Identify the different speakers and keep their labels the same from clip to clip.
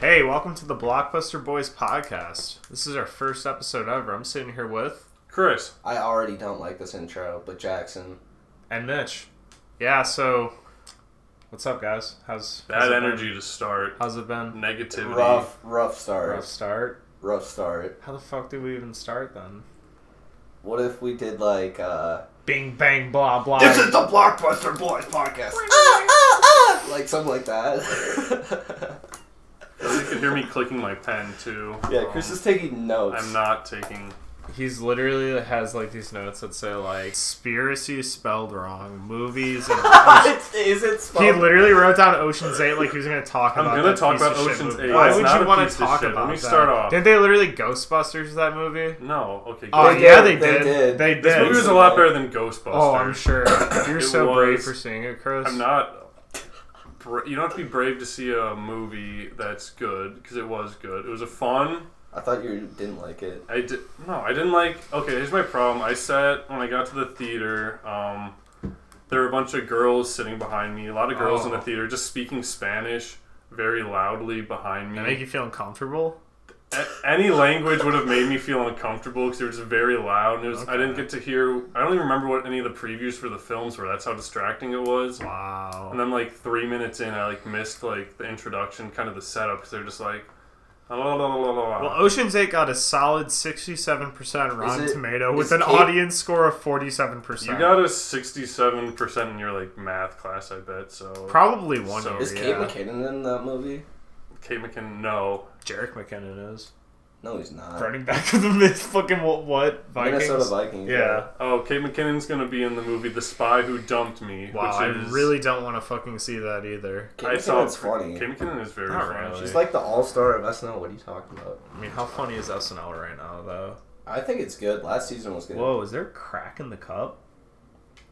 Speaker 1: Hey, welcome to the Blockbuster Boys podcast. This is our first episode ever. I'm sitting here with
Speaker 2: Chris.
Speaker 3: I already don't like this intro, but Jackson.
Speaker 1: and Mitch. Yeah, so what's up, guys? How's how's
Speaker 2: Bad
Speaker 1: it been?
Speaker 2: energy to start.
Speaker 1: How's it been?
Speaker 2: Negativity.
Speaker 3: Rough, rough
Speaker 1: Rough
Speaker 3: start.
Speaker 1: start.
Speaker 3: Rough start.
Speaker 1: How the fuck did we even start then?
Speaker 3: What if we did like, uh.
Speaker 1: Bing bang blah blah.
Speaker 3: the Blockbuster Boys podcast! Ah, Like something like that.
Speaker 2: You can hear me clicking my pen too.
Speaker 3: yeah, Chris is taking notes.
Speaker 2: Oh. I'm not taking.
Speaker 1: He's literally has like these notes that say like conspiracy spelled wrong, movies and
Speaker 3: It's- is it spelled?
Speaker 1: He literally wrote down Ocean's Eight like he was gonna talk
Speaker 2: I'm
Speaker 1: about.
Speaker 2: gonna
Speaker 1: that
Speaker 2: talk
Speaker 1: piece
Speaker 2: about
Speaker 1: of shit
Speaker 2: Ocean's
Speaker 1: movie.
Speaker 2: Eight.
Speaker 1: Why
Speaker 2: It's
Speaker 1: would
Speaker 2: not
Speaker 1: you
Speaker 2: a
Speaker 1: want
Speaker 2: piece
Speaker 1: to
Speaker 2: of
Speaker 1: talk
Speaker 2: shit.
Speaker 1: about
Speaker 2: Let me
Speaker 1: that?
Speaker 2: start off.
Speaker 1: Didn't they literally Ghostbusters that movie?
Speaker 2: No. Okay.
Speaker 1: Oh
Speaker 3: They
Speaker 1: yeah, they
Speaker 3: did, they
Speaker 1: did.
Speaker 3: did.
Speaker 1: They did.
Speaker 2: This movie was a lot better than Ghostbusters.
Speaker 1: oh, I'm sure. You're
Speaker 2: It
Speaker 1: so brave
Speaker 2: was.
Speaker 1: for seeing it, Chris.
Speaker 2: I'm not. bra- You don't have to be brave to see a movie that's good because it was good. It was a fun.
Speaker 3: I thought you didn't like it.
Speaker 2: I did no. I didn't like. Okay, here's my problem. I sat when I got to the theater. Um, there were a bunch of girls sitting behind me. A lot of girls in the
Speaker 1: Oh.
Speaker 2: theater just speaking Spanish very loudly behind me.
Speaker 1: Did it make you feel uncomfortable?
Speaker 2: A- any language would have made me feel uncomfortable because it was very loud and it was, I didn't get to hear. I don't even remember what any of the previews for the films were. That's how distracting it was. And
Speaker 1: Wow.
Speaker 2: then like three minutes in, I like missed like the introduction, kind of the setup because they're just like. "La, la, la, la, la,
Speaker 1: Well,
Speaker 2: la."
Speaker 1: Ocean's Eight got a solid 67% Rotten
Speaker 3: Is it-
Speaker 1: Tomato
Speaker 3: is
Speaker 1: with an
Speaker 3: Kate-
Speaker 1: audience score of 47%.
Speaker 2: You got a 67% in your like math class, I bet. So
Speaker 1: Probably one
Speaker 2: So-
Speaker 1: year.
Speaker 3: Is
Speaker 1: Oh, yeah.
Speaker 3: Kate McKinnon in that movie?
Speaker 2: Kate McKinnon, no.
Speaker 1: Jarek McKinnon is.
Speaker 3: No, he's not.
Speaker 1: Running back of the mid fucking what, what? Vikings?
Speaker 3: Uh, Minnesota Vikings.
Speaker 1: Yeah.
Speaker 2: Oh, Kate McKinnon's gonna be in the movie The Spy Who Dumped Me.
Speaker 1: Wow, I
Speaker 2: which is,
Speaker 1: really don't want to fucking see that either.
Speaker 3: Kate
Speaker 2: I saw
Speaker 3: McKinnon's funny.
Speaker 2: Kate McKinnon is very
Speaker 1: Not
Speaker 2: funny.
Speaker 1: really.
Speaker 3: She's like the all star of SNL. What are you talking about?
Speaker 1: I mean, how funny is SNL right now, though?
Speaker 3: I think it's good. Last season was good.
Speaker 1: Whoa, is there crack in the cup?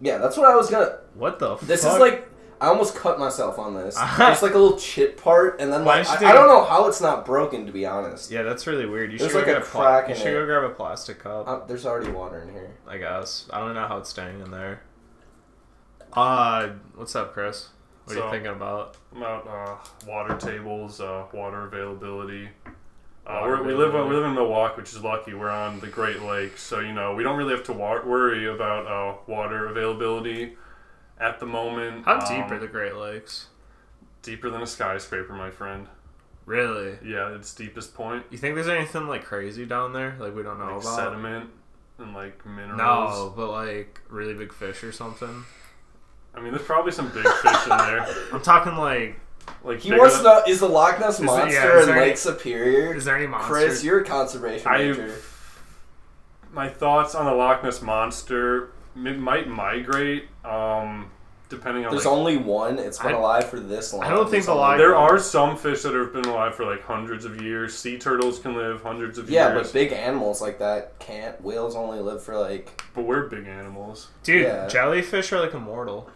Speaker 3: Yeah, that's what I was gonna.
Speaker 1: What the
Speaker 3: This
Speaker 1: fuck?
Speaker 3: is like I almost cut myself on this. It's like a little chit part, and then
Speaker 1: Why
Speaker 3: like
Speaker 1: don't you
Speaker 3: I, I
Speaker 1: do-
Speaker 3: don't know how it's not broken to be honest.
Speaker 1: Yeah, that's really weird. You
Speaker 3: There's
Speaker 1: should go
Speaker 3: like a
Speaker 1: grab pla-
Speaker 3: crack
Speaker 1: You
Speaker 3: in
Speaker 1: should
Speaker 3: it.
Speaker 1: go grab a plastic cup.
Speaker 3: Uh, there's already water in here.
Speaker 1: I guess. I don't know how it's staying in there. Uh, what's up, Chris? What are you
Speaker 2: So-
Speaker 1: thinking about?
Speaker 2: about uh, water tables, uh, water availability. Uh,
Speaker 1: Water
Speaker 2: we're, we live on,
Speaker 1: availability.
Speaker 2: we live in Milwaukee, which is lucky. We're on the Great Lakes, so you know we don't really have to wa- worry about uh, water availability at the moment.
Speaker 1: How
Speaker 2: Um,
Speaker 1: deep are the Great Lakes?
Speaker 2: Deeper than a skyscraper, my friend.
Speaker 1: Really?
Speaker 2: Yeah, its deepest point.
Speaker 1: You think there's anything like crazy down there? Like we don't know
Speaker 2: Like
Speaker 1: about?
Speaker 2: sediment and like minerals.
Speaker 1: No, but like really big fish or something.
Speaker 2: I mean, there's probably some big fish in there.
Speaker 1: I'm talking like,
Speaker 2: Like
Speaker 3: He
Speaker 2: bigger
Speaker 3: wants to
Speaker 2: than-
Speaker 3: know is the Loch Ness
Speaker 1: Is it-
Speaker 3: monster
Speaker 1: yeah, is
Speaker 3: in
Speaker 1: there any-
Speaker 3: Lake Superior?
Speaker 1: is there any monsters?
Speaker 3: Chris, you're a conservation
Speaker 2: I-
Speaker 3: major.
Speaker 2: my thoughts on the Loch Ness monster m- might migrate, um, depending on.
Speaker 3: There's
Speaker 2: like,
Speaker 3: only one. It's been
Speaker 1: I-
Speaker 3: alive for this long.
Speaker 1: I don't think
Speaker 3: There's
Speaker 1: the
Speaker 3: only-
Speaker 1: Loch-
Speaker 2: There are some fish that have been alive for like hundreds of years. Sea turtles can live hundreds of
Speaker 3: Yeah,
Speaker 2: years.
Speaker 3: but big animals like that can't. Whales only live for like.
Speaker 2: But we're big animals.
Speaker 1: Dude,
Speaker 3: Yeah.
Speaker 1: jellyfish are like immortal.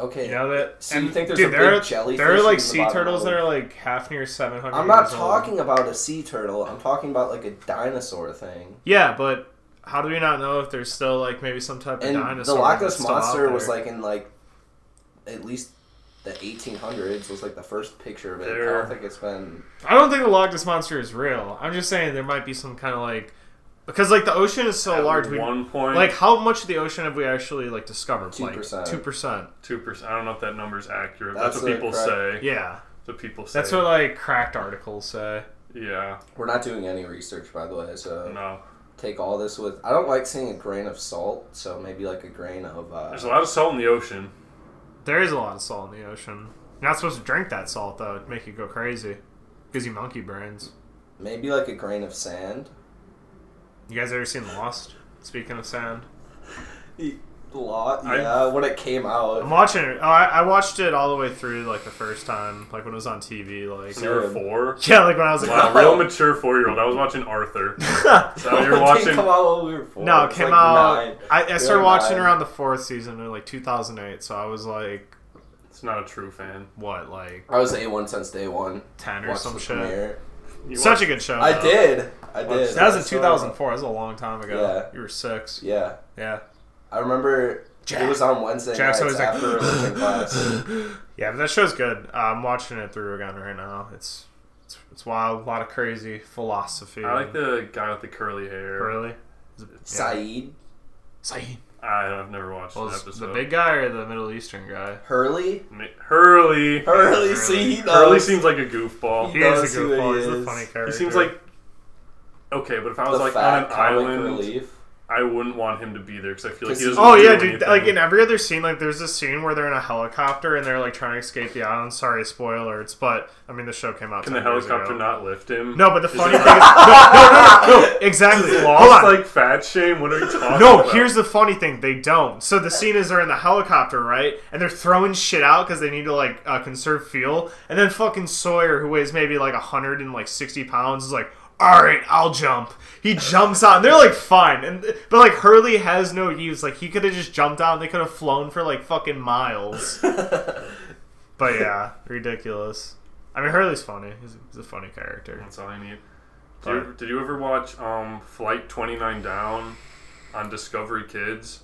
Speaker 3: Okay.
Speaker 1: You know that?
Speaker 3: So you think there's a
Speaker 1: there
Speaker 3: big
Speaker 1: are,
Speaker 3: jellyfish
Speaker 1: There are
Speaker 3: in
Speaker 1: like
Speaker 3: the
Speaker 1: sea
Speaker 3: bottom
Speaker 1: turtles
Speaker 3: of-
Speaker 1: that are like half near 700
Speaker 3: I'm not
Speaker 1: years old.
Speaker 3: talking about a sea turtle. I'm talking about like a dinosaur thing.
Speaker 1: Yeah, but how do we not know if there's still like maybe some type of
Speaker 3: And the
Speaker 1: dinosaur?
Speaker 3: Loch
Speaker 1: that's
Speaker 3: Ness
Speaker 1: still out
Speaker 3: monster was
Speaker 1: there?
Speaker 3: like in like at least the 1800s was like the first picture of it. I
Speaker 2: There-
Speaker 3: don't think it's been.
Speaker 1: I don't think the Loch Ness monster is real. I'm just saying there might be some kind of like because like the ocean is so
Speaker 2: At
Speaker 1: large. We,
Speaker 2: one point,
Speaker 1: like how much of the ocean have we actually like discovered? Like
Speaker 3: 2%.
Speaker 1: two percent.
Speaker 2: two percent. I don't know if that number's accurate.
Speaker 3: That's
Speaker 2: That's, what
Speaker 3: the
Speaker 2: people
Speaker 3: correct-
Speaker 2: say.
Speaker 1: Yeah,
Speaker 2: That's what people say.
Speaker 1: that's what like cracked articles say.
Speaker 2: yeah.
Speaker 3: We're not doing any research, by the way. So
Speaker 2: No.
Speaker 3: take all this with. I don't like seeing a grain of salt, so maybe like a grain of.
Speaker 2: There's
Speaker 3: Uh,
Speaker 2: a lot of salt in the ocean.
Speaker 1: There is a lot of salt in the ocean. You're not supposed to drink that salt though; it'd make you go crazy. Gives you monkey brains.
Speaker 3: maybe like a grain of sand.
Speaker 1: You guys ever seen Lost? Speaking of sand,
Speaker 3: Lot,
Speaker 2: I-
Speaker 3: yeah. when it came
Speaker 1: I'm
Speaker 3: out,
Speaker 1: watching it. Oh, I, I watched it all the way through like the first time, like when it was on TV. Like
Speaker 2: When you were
Speaker 3: Dude.
Speaker 2: four.
Speaker 1: yeah, like when I was like
Speaker 2: Wow, real mature four year old. I was watching Arthur. So
Speaker 3: It
Speaker 2: you're
Speaker 3: didn't
Speaker 2: watching.
Speaker 3: Come out when we were four.
Speaker 1: No, it
Speaker 3: was,
Speaker 1: came
Speaker 3: like,
Speaker 1: out.
Speaker 3: nine.
Speaker 1: I, I
Speaker 3: were
Speaker 1: started watching
Speaker 3: nine.
Speaker 1: around the fourth season in like 2008, so I was like,
Speaker 2: It's not a true fan.
Speaker 1: what, like
Speaker 3: I was a one since day one.
Speaker 1: 10 or
Speaker 3: Watched
Speaker 1: some
Speaker 3: the
Speaker 1: shit?
Speaker 3: premiere.
Speaker 2: You
Speaker 1: Such
Speaker 2: watch-
Speaker 1: a good show.
Speaker 3: I
Speaker 1: though.
Speaker 3: did. I did.
Speaker 1: That was in
Speaker 3: I saw it.
Speaker 1: 2004. That was a long time ago.
Speaker 3: Yeah.
Speaker 1: You were six.
Speaker 3: Yeah.
Speaker 1: Yeah.
Speaker 3: I remember it was on Wednesday
Speaker 1: Jack's
Speaker 3: nights
Speaker 1: always like-
Speaker 3: after religion class.
Speaker 1: Yeah, but that show's good. Uh, I'm watching it through again right now. It's It's, it's wild. A lot of crazy philosophy.
Speaker 2: I like the guy with the curly hair.
Speaker 1: Really?
Speaker 3: Saeed,
Speaker 1: Saeed.
Speaker 2: I- I've never watched
Speaker 1: Well,
Speaker 2: an
Speaker 1: is
Speaker 2: episode.
Speaker 1: the big guy or the Middle Eastern guy?
Speaker 3: Hurley,
Speaker 2: Ma- Hurley.
Speaker 3: Hurley. See, he knows.
Speaker 2: Hurley seems like a goofball.
Speaker 1: He,
Speaker 2: He,
Speaker 3: He
Speaker 1: is
Speaker 3: knows
Speaker 1: a
Speaker 3: who
Speaker 1: goofball.
Speaker 3: he
Speaker 1: He's the
Speaker 3: is.
Speaker 1: funny
Speaker 3: He
Speaker 1: character.
Speaker 2: seems like okay, but if I
Speaker 3: the
Speaker 2: was like on
Speaker 3: fat
Speaker 2: an
Speaker 3: comic
Speaker 2: island,
Speaker 3: relief.
Speaker 2: I wouldn't want him to be there because I feel like he
Speaker 3: 'Cause
Speaker 2: doesn't.
Speaker 1: Oh
Speaker 2: do
Speaker 1: yeah, dude!
Speaker 2: anything.
Speaker 1: Like in every other scene, like there's this scene where they're in a helicopter and they're like trying to escape the island. Sorry, spoilers, but I mean the show came out.
Speaker 2: Can
Speaker 1: 10
Speaker 2: the
Speaker 1: years
Speaker 2: helicopter
Speaker 1: ago.
Speaker 2: not lift him?
Speaker 1: No, but the
Speaker 2: Is
Speaker 1: funny
Speaker 2: it
Speaker 1: thing is, no, no, no, no, exactly. Hold
Speaker 2: lost
Speaker 1: on.
Speaker 2: like fat shame. What are you talking
Speaker 1: No,
Speaker 2: about?
Speaker 1: here's the funny thing. They don't. So the scene is they're in the helicopter, right? And they're throwing shit out because they need to like uh, conserve fuel. And then fucking Sawyer, who weighs maybe like 160 pounds, is like, "All right, I'll jump." He jumps out, and they're like, "Fine." And but like Hurley has no use. Like he could have just jumped out, and they could have flown for like fucking miles. but yeah, ridiculous. I mean, Hurley's funny. He's, he's a funny character.
Speaker 2: That's all I need. Did you, did you ever watch um, Flight 29 Down on Discovery Kids?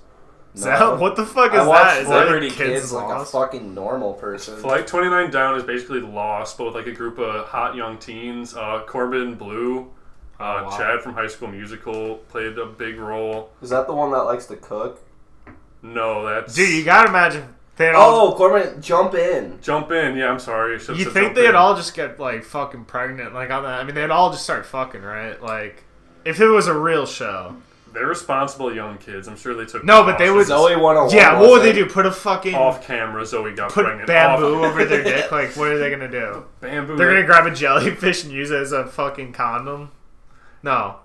Speaker 1: Is
Speaker 3: No.
Speaker 1: that, what the fuck is
Speaker 3: I watch
Speaker 1: that? Is that
Speaker 3: Liberty
Speaker 1: a
Speaker 3: Kids, like
Speaker 1: Lost?
Speaker 3: a fucking normal person.
Speaker 2: Flight 29 Down is basically Lost, but with like a group of hot young teens. Uh, Corbin Blue, uh,
Speaker 1: Oh, wow.
Speaker 2: Chad from High School Musical played a big role.
Speaker 3: Is that the one that likes to cook?
Speaker 2: No, that's
Speaker 1: Dude, you gotta imagine they had all.
Speaker 3: Oh, Corbin, jump in.
Speaker 2: Jump in. Yeah, I'm sorry. I should've
Speaker 1: you
Speaker 2: said
Speaker 1: think
Speaker 2: jump
Speaker 1: they'd
Speaker 2: in.
Speaker 1: all just get like fucking pregnant? Like on that? I mean, they'd all just start fucking, right? Like, if it was a real show.
Speaker 2: They're responsible young kids. I'm sure they took.
Speaker 1: No, but they would-
Speaker 2: precautions.
Speaker 3: Zoe 101.
Speaker 1: Yeah, what would
Speaker 3: was
Speaker 1: they
Speaker 3: it?
Speaker 1: do? Put a fucking
Speaker 2: off camera. Zoe got
Speaker 1: put
Speaker 2: pregnant.
Speaker 1: bamboo
Speaker 2: Off-
Speaker 1: over their dick. Like, what are they gonna do?
Speaker 2: bamboo.
Speaker 1: They're gonna grab a jellyfish and use it as a fucking condom. No,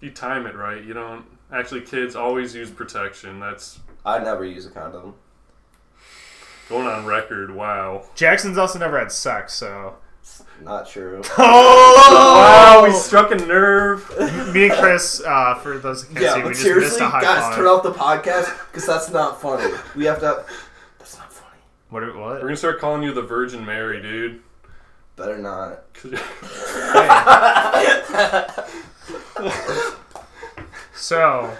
Speaker 2: you time it right. You don't actually. Kids always use protection. That's
Speaker 3: I'd never use a condom.
Speaker 2: going on record. Wow.
Speaker 1: Jackson's also never had sex, so.
Speaker 3: Not true.
Speaker 1: Oh!
Speaker 2: Wow, we struck a nerve.
Speaker 1: Me and Chris, uh, for those who can't
Speaker 3: yeah,
Speaker 1: see, we
Speaker 3: but
Speaker 1: just
Speaker 3: seriously,
Speaker 1: missed a high
Speaker 3: guys,
Speaker 1: five.
Speaker 3: turn off the podcast because that's not funny. We have to. That's not funny.
Speaker 1: What? are-
Speaker 2: We're
Speaker 1: What?
Speaker 2: gonna start calling you the Virgin Mary, dude.
Speaker 3: Better not.
Speaker 2: 'Cause-
Speaker 1: So,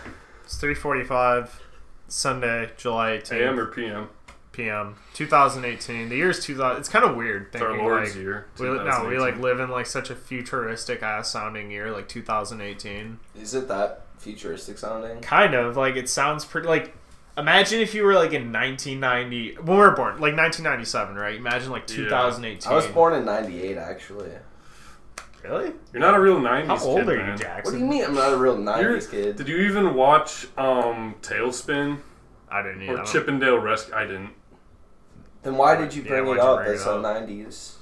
Speaker 1: it's three forty-five, Sunday, July eighteenth.
Speaker 2: AM or PM?
Speaker 1: p.m. 2018. The year is 2000. It's kind of weird
Speaker 2: It's
Speaker 1: thinking
Speaker 2: our Lord's
Speaker 1: like
Speaker 2: year.
Speaker 1: we li- no, we
Speaker 2: 2018.
Speaker 1: like live in like such a futuristic ass sounding year like 2018.
Speaker 3: Is it that futuristic sounding?
Speaker 1: Kind of like it sounds pretty like imagine if you were like in 1990 when we were born like 1997, right? Imagine like
Speaker 2: Yeah.
Speaker 1: 2018.
Speaker 3: I was born in '98, actually.
Speaker 1: Really?
Speaker 2: You're not a real '90s
Speaker 1: How old
Speaker 2: kid,
Speaker 1: are you,
Speaker 2: man.
Speaker 1: Jackson?
Speaker 3: What do you mean? I'm not a real '90s
Speaker 2: You're-
Speaker 3: kid.
Speaker 2: Did you even watch um, Tailspin
Speaker 1: I didn't
Speaker 2: or
Speaker 1: even. I don't-
Speaker 2: Chippendale Rescue? I didn't.
Speaker 3: then why did you
Speaker 1: Yeah,
Speaker 3: bring
Speaker 1: why'd
Speaker 3: it
Speaker 1: you
Speaker 3: up?
Speaker 1: bring it
Speaker 3: That's a
Speaker 1: up?
Speaker 3: '90s.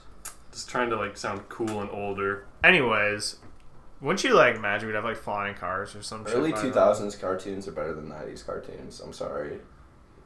Speaker 2: Just trying to like sound cool and older.
Speaker 1: Anyways, wouldn't you like imagine we'd have like flying cars or some shit
Speaker 3: Early
Speaker 1: by then?
Speaker 3: 2000s cartoons are better than '90s cartoons. I'm sorry.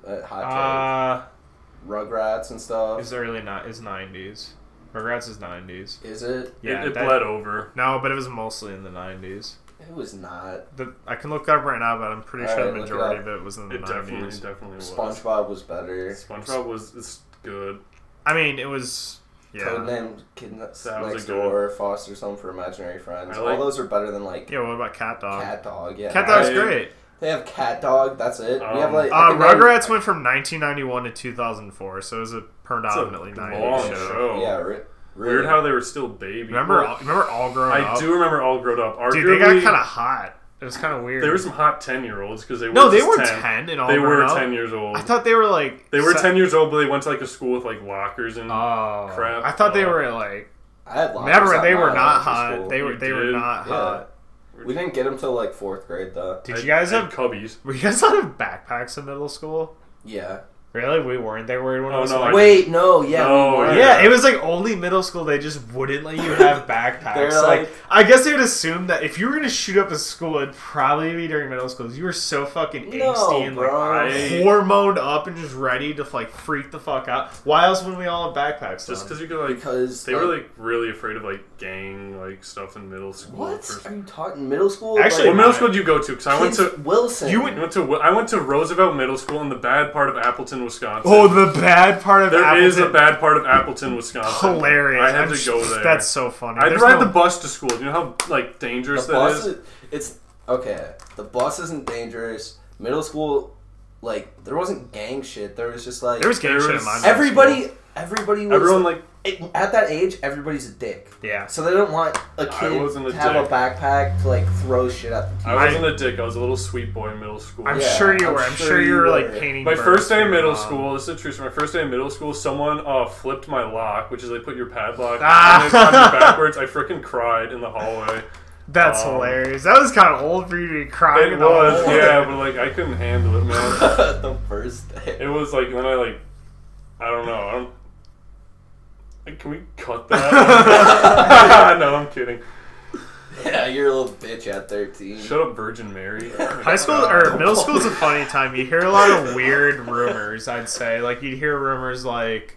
Speaker 3: Uh, hot
Speaker 1: Uh,
Speaker 3: take. Rugrats and stuff.
Speaker 1: is early ni- is 90s. Rugrats is 90s.
Speaker 3: Is it?
Speaker 1: Yeah,
Speaker 2: it, it
Speaker 1: that-
Speaker 2: bled over.
Speaker 1: No, but it was mostly in the 90s.
Speaker 3: It was not.
Speaker 1: The, I can look it up right now, but I'm pretty
Speaker 3: All
Speaker 1: sure
Speaker 3: right,
Speaker 1: the
Speaker 3: look it
Speaker 1: majority
Speaker 3: up.
Speaker 1: of it was in the
Speaker 2: It definitely,
Speaker 1: 90s.
Speaker 2: definitely was.
Speaker 3: SpongeBob was better.
Speaker 2: SpongeBob was it's good.
Speaker 1: I mean, it was. Yeah.
Speaker 3: Codename Kid Next
Speaker 2: That was a good
Speaker 3: Door, Foster Some for Imaginary Friends.
Speaker 2: I like-
Speaker 3: All those are better than like
Speaker 1: Yeah, what about Cat Dog? Cat,
Speaker 3: Cat Dog. Yeah,
Speaker 1: Dog's
Speaker 2: I-
Speaker 1: great.
Speaker 3: They have Cat Dog. That's it.
Speaker 2: Um,
Speaker 3: we have like I
Speaker 1: Uh,
Speaker 3: can name-
Speaker 1: Rugrats went from 1991 to 2004, so it was a
Speaker 2: It's a
Speaker 1: predominantly 90s
Speaker 2: long
Speaker 1: show.
Speaker 2: show.
Speaker 3: Yeah, ri-
Speaker 2: Weird
Speaker 3: really.
Speaker 2: how they were still babies.
Speaker 1: Remember,
Speaker 2: Well,
Speaker 1: remember All Grown
Speaker 2: I
Speaker 1: Up?
Speaker 2: do remember all grown up. Arguably,
Speaker 1: Dude, they got kind of hot. It was kind of weird.
Speaker 2: There were some hot ten year olds because they were
Speaker 1: no, they
Speaker 2: just
Speaker 1: were
Speaker 2: 10.
Speaker 1: 10 and All
Speaker 2: They
Speaker 1: Grown
Speaker 2: were
Speaker 1: Up.
Speaker 2: ten years old.
Speaker 1: I thought they were like.
Speaker 2: they were
Speaker 1: se-
Speaker 2: ten years old, but they went to like a school with like lockers and.
Speaker 1: Oh,
Speaker 2: Crap.
Speaker 1: I thought they
Speaker 2: Oh.
Speaker 1: were like
Speaker 3: I had lockers
Speaker 1: never.
Speaker 3: at
Speaker 1: They
Speaker 3: my
Speaker 1: were not
Speaker 3: elementary
Speaker 1: hot.
Speaker 3: school.
Speaker 1: They were
Speaker 2: You
Speaker 1: they were
Speaker 2: did?
Speaker 1: not
Speaker 3: Yeah.
Speaker 1: hot.
Speaker 3: We didn't get them till like fourth grade though.
Speaker 1: Did
Speaker 2: I-
Speaker 1: you guys
Speaker 2: I
Speaker 1: have?
Speaker 2: cubbies?
Speaker 1: Were you guys out of backpacks in middle school?
Speaker 3: Yeah.
Speaker 1: Really? We weren't. They were one
Speaker 2: Oh,
Speaker 1: of those.
Speaker 2: no,
Speaker 1: like-
Speaker 2: I-
Speaker 3: Wait, no, yeah.
Speaker 2: No,
Speaker 3: we were.
Speaker 2: yeah.
Speaker 1: yeah, it was like only middle school. They just wouldn't let you have backpacks.
Speaker 3: They're
Speaker 1: like,
Speaker 3: like-
Speaker 1: I guess they would assume that if you were gonna shoot up a school, it'd probably be during middle school. 'cause You were so fucking
Speaker 3: No,
Speaker 1: angsty and like
Speaker 3: bro.
Speaker 2: I-
Speaker 1: hormoned up and just ready to like freak the fuck out. Why else would we all have backpacks?
Speaker 2: Just
Speaker 1: on?
Speaker 2: because you could like.
Speaker 3: because
Speaker 2: They were like really afraid of like gang like stuff in middle school.
Speaker 3: what
Speaker 2: for-
Speaker 3: are you talking? Middle school?
Speaker 1: Actually,
Speaker 3: like,
Speaker 2: What middle school did you go to? Because I went
Speaker 3: kids-
Speaker 2: to
Speaker 3: Wilson.
Speaker 1: You
Speaker 2: I went to I went to Roosevelt Middle School in the bad part of Appleton, Wisconsin.
Speaker 1: oh, the bad part of
Speaker 2: there
Speaker 1: Appleton.
Speaker 2: is a bad part of Appleton, Wisconsin.
Speaker 1: hilarious.
Speaker 2: I had
Speaker 1: I'm
Speaker 2: to
Speaker 1: sh-
Speaker 2: go there.
Speaker 1: That's so funny.
Speaker 2: I'd
Speaker 1: There's
Speaker 2: ride
Speaker 1: no-
Speaker 2: the bus to school. Do you know how like
Speaker 3: the
Speaker 2: dangerous that
Speaker 3: bus
Speaker 2: is?
Speaker 3: is, it's okay. The bus isn't dangerous. Middle school, like there wasn't gang shit. There was just like
Speaker 1: There was gang
Speaker 2: There
Speaker 1: shit in
Speaker 2: is-
Speaker 1: my middle
Speaker 3: everybody. everybody was
Speaker 2: Everyone like
Speaker 3: it- at that age, everybody's a dick.
Speaker 1: Yeah.
Speaker 3: So they don't want a
Speaker 2: I
Speaker 3: kid
Speaker 2: wasn't a
Speaker 3: to have
Speaker 2: dick.
Speaker 3: a backpack to like throw shit at the teacher.
Speaker 2: I wasn't a dick. I was a little sweet boy in middle school.
Speaker 1: I'm
Speaker 3: Yeah,
Speaker 1: sure you
Speaker 3: I'm
Speaker 1: were. I'm
Speaker 3: sure
Speaker 1: sure you
Speaker 3: you
Speaker 1: were
Speaker 3: were.
Speaker 1: like painting.
Speaker 2: My
Speaker 1: birds
Speaker 2: first day
Speaker 1: for
Speaker 2: in
Speaker 1: your
Speaker 2: middle
Speaker 1: mom.
Speaker 2: school. This is true. So my first day in middle school, someone uh, flipped my lock, which is they put your padlock
Speaker 1: Ah.
Speaker 2: and they put you backwards. I freaking cried in the hallway.
Speaker 1: That's
Speaker 2: Um,
Speaker 1: hilarious. That was kind of old for you to be crying.
Speaker 2: It
Speaker 1: about
Speaker 2: was,
Speaker 1: it.
Speaker 2: yeah, but like I couldn't handle it, man.
Speaker 3: the first day.
Speaker 2: It was like when I like, I don't know. I don't. Like, can we cut that? no, I'm kidding.
Speaker 3: Yeah, you're a little bitch at 13.
Speaker 2: Shut up, Virgin Mary.
Speaker 1: High school or middle school is a funny time. You hear a lot of weird rumors. I'd say, like you'd hear rumors like,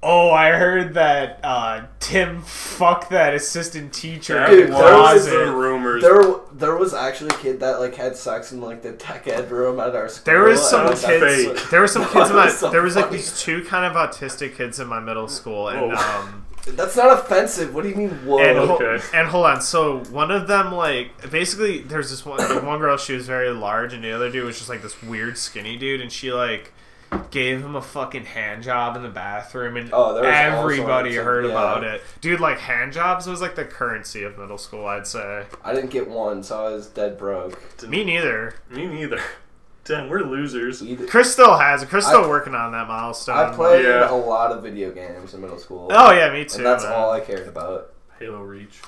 Speaker 1: "Oh, I heard that uh, Tim fucked that assistant teacher in
Speaker 2: Dude,
Speaker 1: the
Speaker 3: Dude, there was-
Speaker 2: was
Speaker 1: closet."
Speaker 2: the rumors.
Speaker 3: There, w- there was actually a kid that like had sex in like the tech ed room at our school.
Speaker 1: There was
Speaker 3: and
Speaker 1: some
Speaker 3: I like,
Speaker 1: kids.
Speaker 2: fake.
Speaker 1: There were some kids in my.
Speaker 3: That was so
Speaker 1: there was like
Speaker 3: funny. Oh.
Speaker 1: these two kind of autistic kids in my middle school, and
Speaker 2: Whoa.
Speaker 1: um,
Speaker 3: That's not offensive. What do you mean? Whoa.
Speaker 1: and hol-
Speaker 2: Okay.
Speaker 1: and hold on. So one of them like basically there's this one one girl she was very large, and the other dude was just like this weird skinny dude, and she like gave him a fucking hand job in the bathroom, and
Speaker 3: Oh, there was all sorts
Speaker 1: everybody
Speaker 3: of-
Speaker 1: heard
Speaker 3: yeah.
Speaker 1: about it. Dude, like hand jobs was like the currency of middle school, I'd say.
Speaker 3: I didn't get one, so I was dead broke.
Speaker 1: Me neither.
Speaker 2: Me neither. Damn, we're losers.
Speaker 3: Either-
Speaker 1: Chris still has it. Chris
Speaker 3: I-
Speaker 1: still working on that milestone.
Speaker 3: I played
Speaker 2: Yeah.
Speaker 3: a lot of video games in middle school.
Speaker 1: Oh yeah, me too.
Speaker 3: and that's
Speaker 1: man.
Speaker 3: all I cared about.
Speaker 2: Halo Reach.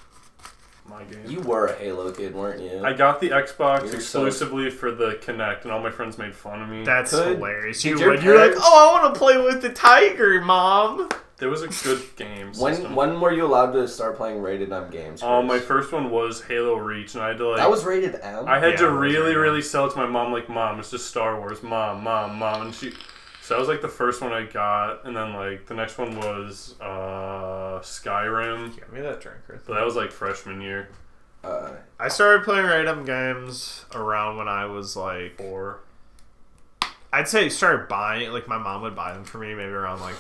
Speaker 2: My game.
Speaker 3: You were a Halo kid, weren't you?
Speaker 2: I got the Xbox
Speaker 3: You're so-
Speaker 2: exclusively for the Kinect, and all my friends made fun of me.
Speaker 1: That's
Speaker 3: Could-
Speaker 1: hilarious.
Speaker 3: did
Speaker 1: You
Speaker 3: your
Speaker 1: would. You're like,
Speaker 3: parents-
Speaker 1: oh, I want to play with the tiger, mom.
Speaker 2: there was a good game
Speaker 3: when
Speaker 2: system.
Speaker 3: when were you allowed to start playing rated M games?
Speaker 2: um, my
Speaker 3: Chris?
Speaker 2: first one was Halo Reach, and I had to like.
Speaker 3: that was rated M.
Speaker 2: I had
Speaker 1: Yeah,
Speaker 2: to
Speaker 1: that was
Speaker 2: really,
Speaker 1: right.
Speaker 2: really sell it to my mom. Like, mom, it's just Star Wars. Mom, mom, mom, and she. So that was like the first one I got, and then like the next one was uh, Skyrim.
Speaker 1: Give me that drink, Chris.
Speaker 2: But that was like freshman year
Speaker 3: uh,
Speaker 1: I started playing random games around when I was like,
Speaker 2: or
Speaker 1: I'd say started buying. Like my mom would buy them for me, maybe around like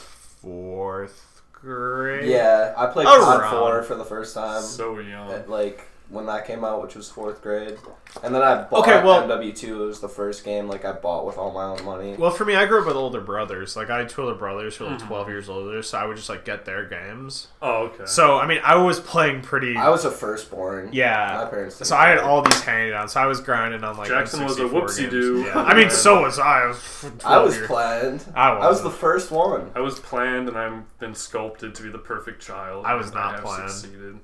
Speaker 1: fourth grade.
Speaker 3: yeah, I played
Speaker 1: Around.
Speaker 3: COD Four for the first time.
Speaker 2: so young.
Speaker 3: at, like when Um, that came out, which was fourth grade, and then I bought
Speaker 1: Okay, well-
Speaker 3: MW two. It was the first game like I bought with all my own money.
Speaker 1: Well, for me, I grew up with older brothers. Like I had two older brothers who were like twelve years older, so I would just like get their games.
Speaker 2: Oh, okay.
Speaker 1: So I mean, I was playing pretty.
Speaker 3: I was a firstborn.
Speaker 1: yeah.
Speaker 3: my parents. didn't
Speaker 1: So I had
Speaker 3: care.
Speaker 1: all these handed out. So I was grinding on like
Speaker 2: Jackson was a
Speaker 1: N64
Speaker 2: whoopsie-doo.
Speaker 1: games. Yeah. I mean, so was I. I was, 12
Speaker 3: I was
Speaker 1: years-
Speaker 3: planned.
Speaker 1: I
Speaker 3: I was
Speaker 1: wasn't.
Speaker 3: the first one.
Speaker 2: I was planned and I've been sculpted to be the perfect child.
Speaker 1: I was
Speaker 2: and
Speaker 1: not
Speaker 2: have
Speaker 1: planned.
Speaker 2: Succeeded.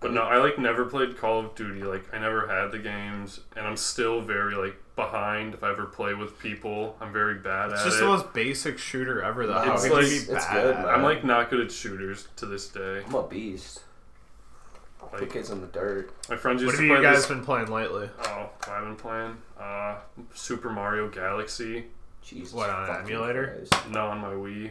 Speaker 2: But no, I like never played Call of Duty. Like I never had the games, and I'm still very like behind. If I ever play with people, I'm very bad
Speaker 1: It's
Speaker 2: at
Speaker 1: just
Speaker 2: it.
Speaker 1: the most basic shooter ever, though. How
Speaker 2: It's
Speaker 1: could
Speaker 2: like-
Speaker 1: you
Speaker 2: it's
Speaker 1: be bad?
Speaker 3: good,
Speaker 1: at it?
Speaker 3: man.
Speaker 2: I'm like not good at shooters to this day.
Speaker 3: I'm a beast. Put
Speaker 2: Like
Speaker 3: kids in the dirt.
Speaker 2: my friends
Speaker 1: What
Speaker 2: used
Speaker 1: have
Speaker 2: to
Speaker 1: you
Speaker 2: play
Speaker 1: guys
Speaker 2: this.
Speaker 1: been playing lately?
Speaker 2: Oh, I've been playing uh, Super Mario Galaxy.
Speaker 3: Jesus.
Speaker 1: What, on an
Speaker 3: fucking
Speaker 1: emulator?
Speaker 3: Christ.
Speaker 2: No, on my Wii.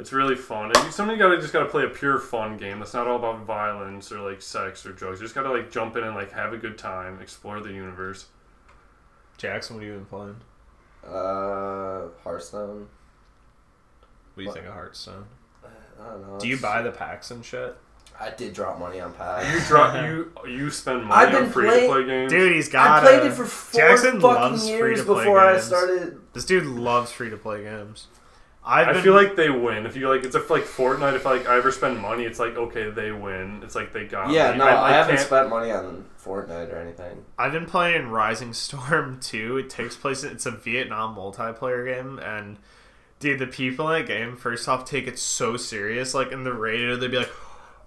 Speaker 2: it's really fun. And you somebody gotta just gotta play a pure fun game that's not all about violence or like sex or drugs. You just gotta like jump in and like have a good time, explore the universe.
Speaker 1: Jackson, what have you been playing?
Speaker 3: Uh, Hearthstone.
Speaker 1: What do you
Speaker 3: What?
Speaker 1: think of Hearthstone?
Speaker 3: I don't know.
Speaker 1: Do you
Speaker 3: it's-
Speaker 1: buy the packs and shit?
Speaker 3: I did drop money on
Speaker 2: You
Speaker 3: PAX.
Speaker 2: drop you you spend money
Speaker 3: I've been
Speaker 2: on free to play
Speaker 3: playing-
Speaker 2: games.
Speaker 1: Dude, he's
Speaker 3: I
Speaker 1: got.
Speaker 3: played it for four
Speaker 1: Jackson loves
Speaker 3: fucking years
Speaker 1: free-to-play
Speaker 3: before I
Speaker 1: games.
Speaker 3: started.
Speaker 1: This dude loves free to play games. I've
Speaker 2: I
Speaker 1: been-
Speaker 2: feel like they win. If you like, it's if like Fortnite. If like I ever spend money, it's like okay, they win. It's like they
Speaker 1: Oh,
Speaker 2: got.
Speaker 3: Yeah,
Speaker 2: me.
Speaker 3: no, I, haven't
Speaker 2: can't-
Speaker 3: spent money on Fortnite or anything.
Speaker 1: I've been playing Rising Storm 2. It takes place in, it's a Vietnam multiplayer game and dude, the people in that game first off take it so serious. Like in the radio they'd be like,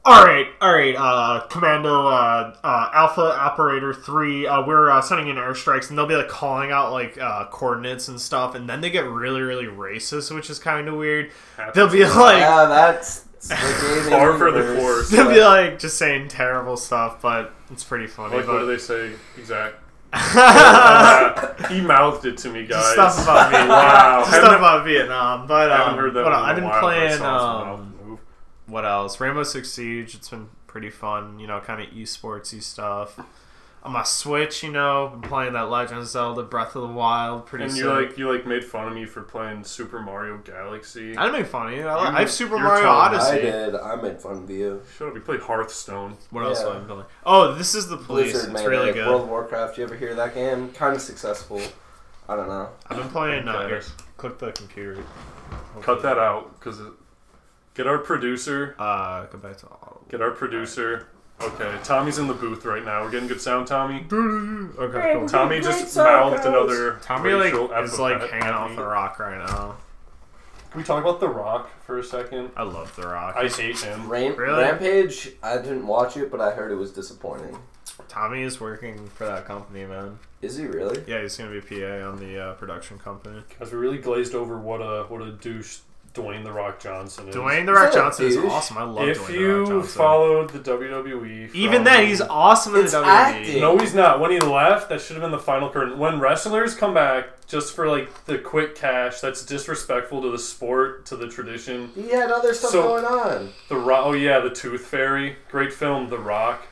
Speaker 1: Alright, alright, uh Commando uh, uh Alpha Operator Three, uh we're uh, sending in airstrikes and they'll be like calling out like uh coordinates and stuff and then they get really, really racist, which is kinda weird. They'll be like
Speaker 3: yeah, that's the gaming
Speaker 2: Par for the
Speaker 3: universe.
Speaker 2: course.
Speaker 1: they'll be like just saying terrible stuff, but it's pretty funny.
Speaker 2: Like, what
Speaker 1: but
Speaker 2: do they say? Exact. Yeah, Uh, he mouthed it to me, guys.
Speaker 1: stuff about me.
Speaker 2: Wow.
Speaker 1: Just stuff about Vietnam, but
Speaker 2: I
Speaker 1: um,
Speaker 2: haven't heard that.
Speaker 1: what
Speaker 2: one
Speaker 1: else? I've
Speaker 2: in a
Speaker 1: been
Speaker 2: while, but I
Speaker 1: playing.
Speaker 2: saw his
Speaker 1: Um,
Speaker 2: mouth move.
Speaker 1: what else? Rainbow Six Siege. It's been pretty fun. You know, kind of esportsy stuff. On my Switch, you know, been playing that Legend of Zelda Breath of the Wild. Pretty.
Speaker 2: And
Speaker 1: sick.
Speaker 2: you like you like made fun of me for playing Super Mario Galaxy.
Speaker 1: I didn't make fun of you. I,
Speaker 2: You-
Speaker 1: I have Super
Speaker 2: you're
Speaker 1: Mario
Speaker 2: telling me.
Speaker 3: I
Speaker 1: Odyssey.
Speaker 3: did. I made fun of you.
Speaker 2: Shut up! You played Hearthstone.
Speaker 1: What else
Speaker 3: Yeah.
Speaker 1: have I been playing? Oh, this is the police.
Speaker 3: Blizzard
Speaker 1: it's
Speaker 3: made
Speaker 1: really
Speaker 3: it.
Speaker 1: good.
Speaker 3: World of Warcraft. You ever hear of that game? Kind of successful. I don't know.
Speaker 1: I've been playing. Uh,
Speaker 2: Okay.
Speaker 1: here, click the computer.
Speaker 2: Cut that out because get our producer
Speaker 1: Uh, go back to audible.
Speaker 2: Get our producer. Okay, Tommy's in the booth right now. We're getting good sound, Tommy.
Speaker 1: Okay, cool.
Speaker 2: Tommy just mouthed another.
Speaker 1: Tommy like
Speaker 2: racial
Speaker 1: is like
Speaker 2: epithet
Speaker 1: hanging
Speaker 2: at
Speaker 1: off
Speaker 2: me.
Speaker 1: the rock right now.
Speaker 2: Can we talk about The Rock for a second?
Speaker 1: I love the rock.
Speaker 2: I hate him.
Speaker 3: Ram-
Speaker 1: Really?
Speaker 3: Rampage. I didn't watch it, but I heard it was disappointing.
Speaker 1: Tommy is working for that company, man.
Speaker 3: Is he really?
Speaker 1: Yeah, he's gonna be PA on the uh, production company.
Speaker 2: Guys, we really glazed over what a what a douche Dwayne The Rock Johnson is.
Speaker 1: Dwayne the Rock
Speaker 3: that a
Speaker 1: Johnson is
Speaker 3: douche?
Speaker 1: awesome. I love
Speaker 2: If
Speaker 1: Dwayne the
Speaker 2: you
Speaker 1: Rock Johnson.
Speaker 2: followed the WWE, from-
Speaker 1: Even then, he's awesome in
Speaker 3: It's
Speaker 1: the E. WWE.
Speaker 3: acting.
Speaker 2: No, he's not. When he left, that should have been the final curtain. When wrestlers come back just for like the quick cash, that's disrespectful to the sport, to the tradition.
Speaker 3: He had other stuff
Speaker 2: So-
Speaker 3: going on.
Speaker 2: The Rock. Oh yeah, The Tooth Fairy. Great film. The Rock.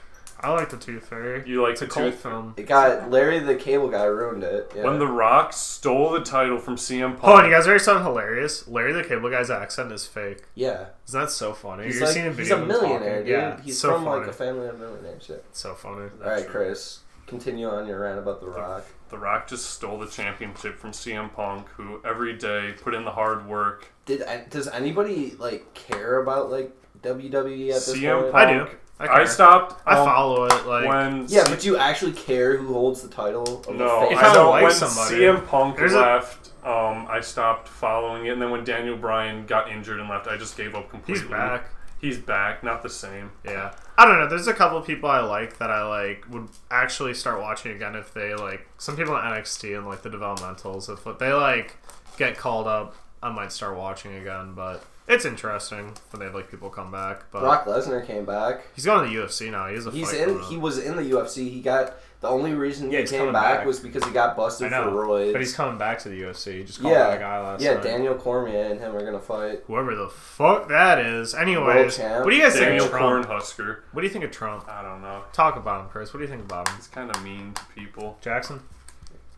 Speaker 1: I like the Tooth Fairy.
Speaker 2: You like
Speaker 1: It's a
Speaker 2: The
Speaker 1: cult
Speaker 2: Tooth
Speaker 1: film.
Speaker 3: It got Larry the Cable Guy ruined it. Yeah.
Speaker 2: When The Rock stole the title from CM Punk.
Speaker 1: Oh, and you guys already sound hilarious. Larry the Cable Guy's accent is fake.
Speaker 3: yeah,
Speaker 1: Isn't that so funny?
Speaker 3: he's
Speaker 1: You're
Speaker 3: like
Speaker 1: seeing a
Speaker 3: he's
Speaker 1: video
Speaker 3: a
Speaker 1: of him
Speaker 3: millionaire,
Speaker 1: talking.
Speaker 3: dude.
Speaker 1: Yeah,
Speaker 3: he's
Speaker 1: so
Speaker 3: from
Speaker 1: funny.
Speaker 3: like a family of millionaire shit.
Speaker 1: so funny.
Speaker 3: All right,
Speaker 2: right.
Speaker 3: Chris, continue on your rant about The Rock.
Speaker 2: the Rock just stole the championship from CM Punk, who every day put in the hard work.
Speaker 3: Did I, does anybody like care about like WWE at this
Speaker 2: CM
Speaker 3: point?
Speaker 2: Punk.
Speaker 1: I do. I,
Speaker 2: I,
Speaker 1: care.
Speaker 2: stopped.
Speaker 1: I
Speaker 2: um,
Speaker 1: follow it. Like
Speaker 2: when
Speaker 3: Yeah,
Speaker 2: C-
Speaker 3: but do you actually care who holds the title? Of
Speaker 2: No,
Speaker 3: the
Speaker 1: If
Speaker 2: I
Speaker 1: I
Speaker 2: know.
Speaker 1: like
Speaker 2: when
Speaker 1: somebody-
Speaker 2: CM Punk
Speaker 1: There's a-
Speaker 2: left, um, I stopped following it, and then when Daniel Bryan got injured and left, I just gave up completely.
Speaker 1: he's back.
Speaker 2: He's back. Not the same.
Speaker 1: Yeah. I don't know. There's a couple people I like that I like would actually start watching again if they like some people in NXT and like the developmentals if they like get called up, I might start watching again, but it's interesting when they have like people come back, but
Speaker 3: Brock Lesnar came back.
Speaker 1: he's going to the UFC now. He is a
Speaker 3: He's
Speaker 1: fight
Speaker 3: in.
Speaker 1: promoter.
Speaker 3: He was in the UFC. He got the only reason
Speaker 1: Yeah,
Speaker 3: he
Speaker 1: he's
Speaker 3: came
Speaker 1: coming
Speaker 3: back,
Speaker 1: back.
Speaker 3: was because he got busted
Speaker 1: I know.
Speaker 3: for roids.
Speaker 1: But he's coming back to the UFC. He just called
Speaker 3: yeah,
Speaker 1: that guy last
Speaker 3: yeah.
Speaker 1: night.
Speaker 3: Daniel Cormier and him are gonna fight.
Speaker 1: Whoever the fuck that is. Anyways,
Speaker 3: champ.
Speaker 1: what do you guys think
Speaker 2: Daniel
Speaker 1: of Trump?
Speaker 2: Cornhusker.
Speaker 1: What do you think of Trump?
Speaker 2: I don't know.
Speaker 1: Talk about him, Chris. What do you think about him?
Speaker 2: He's kind of mean to people.
Speaker 1: Jackson?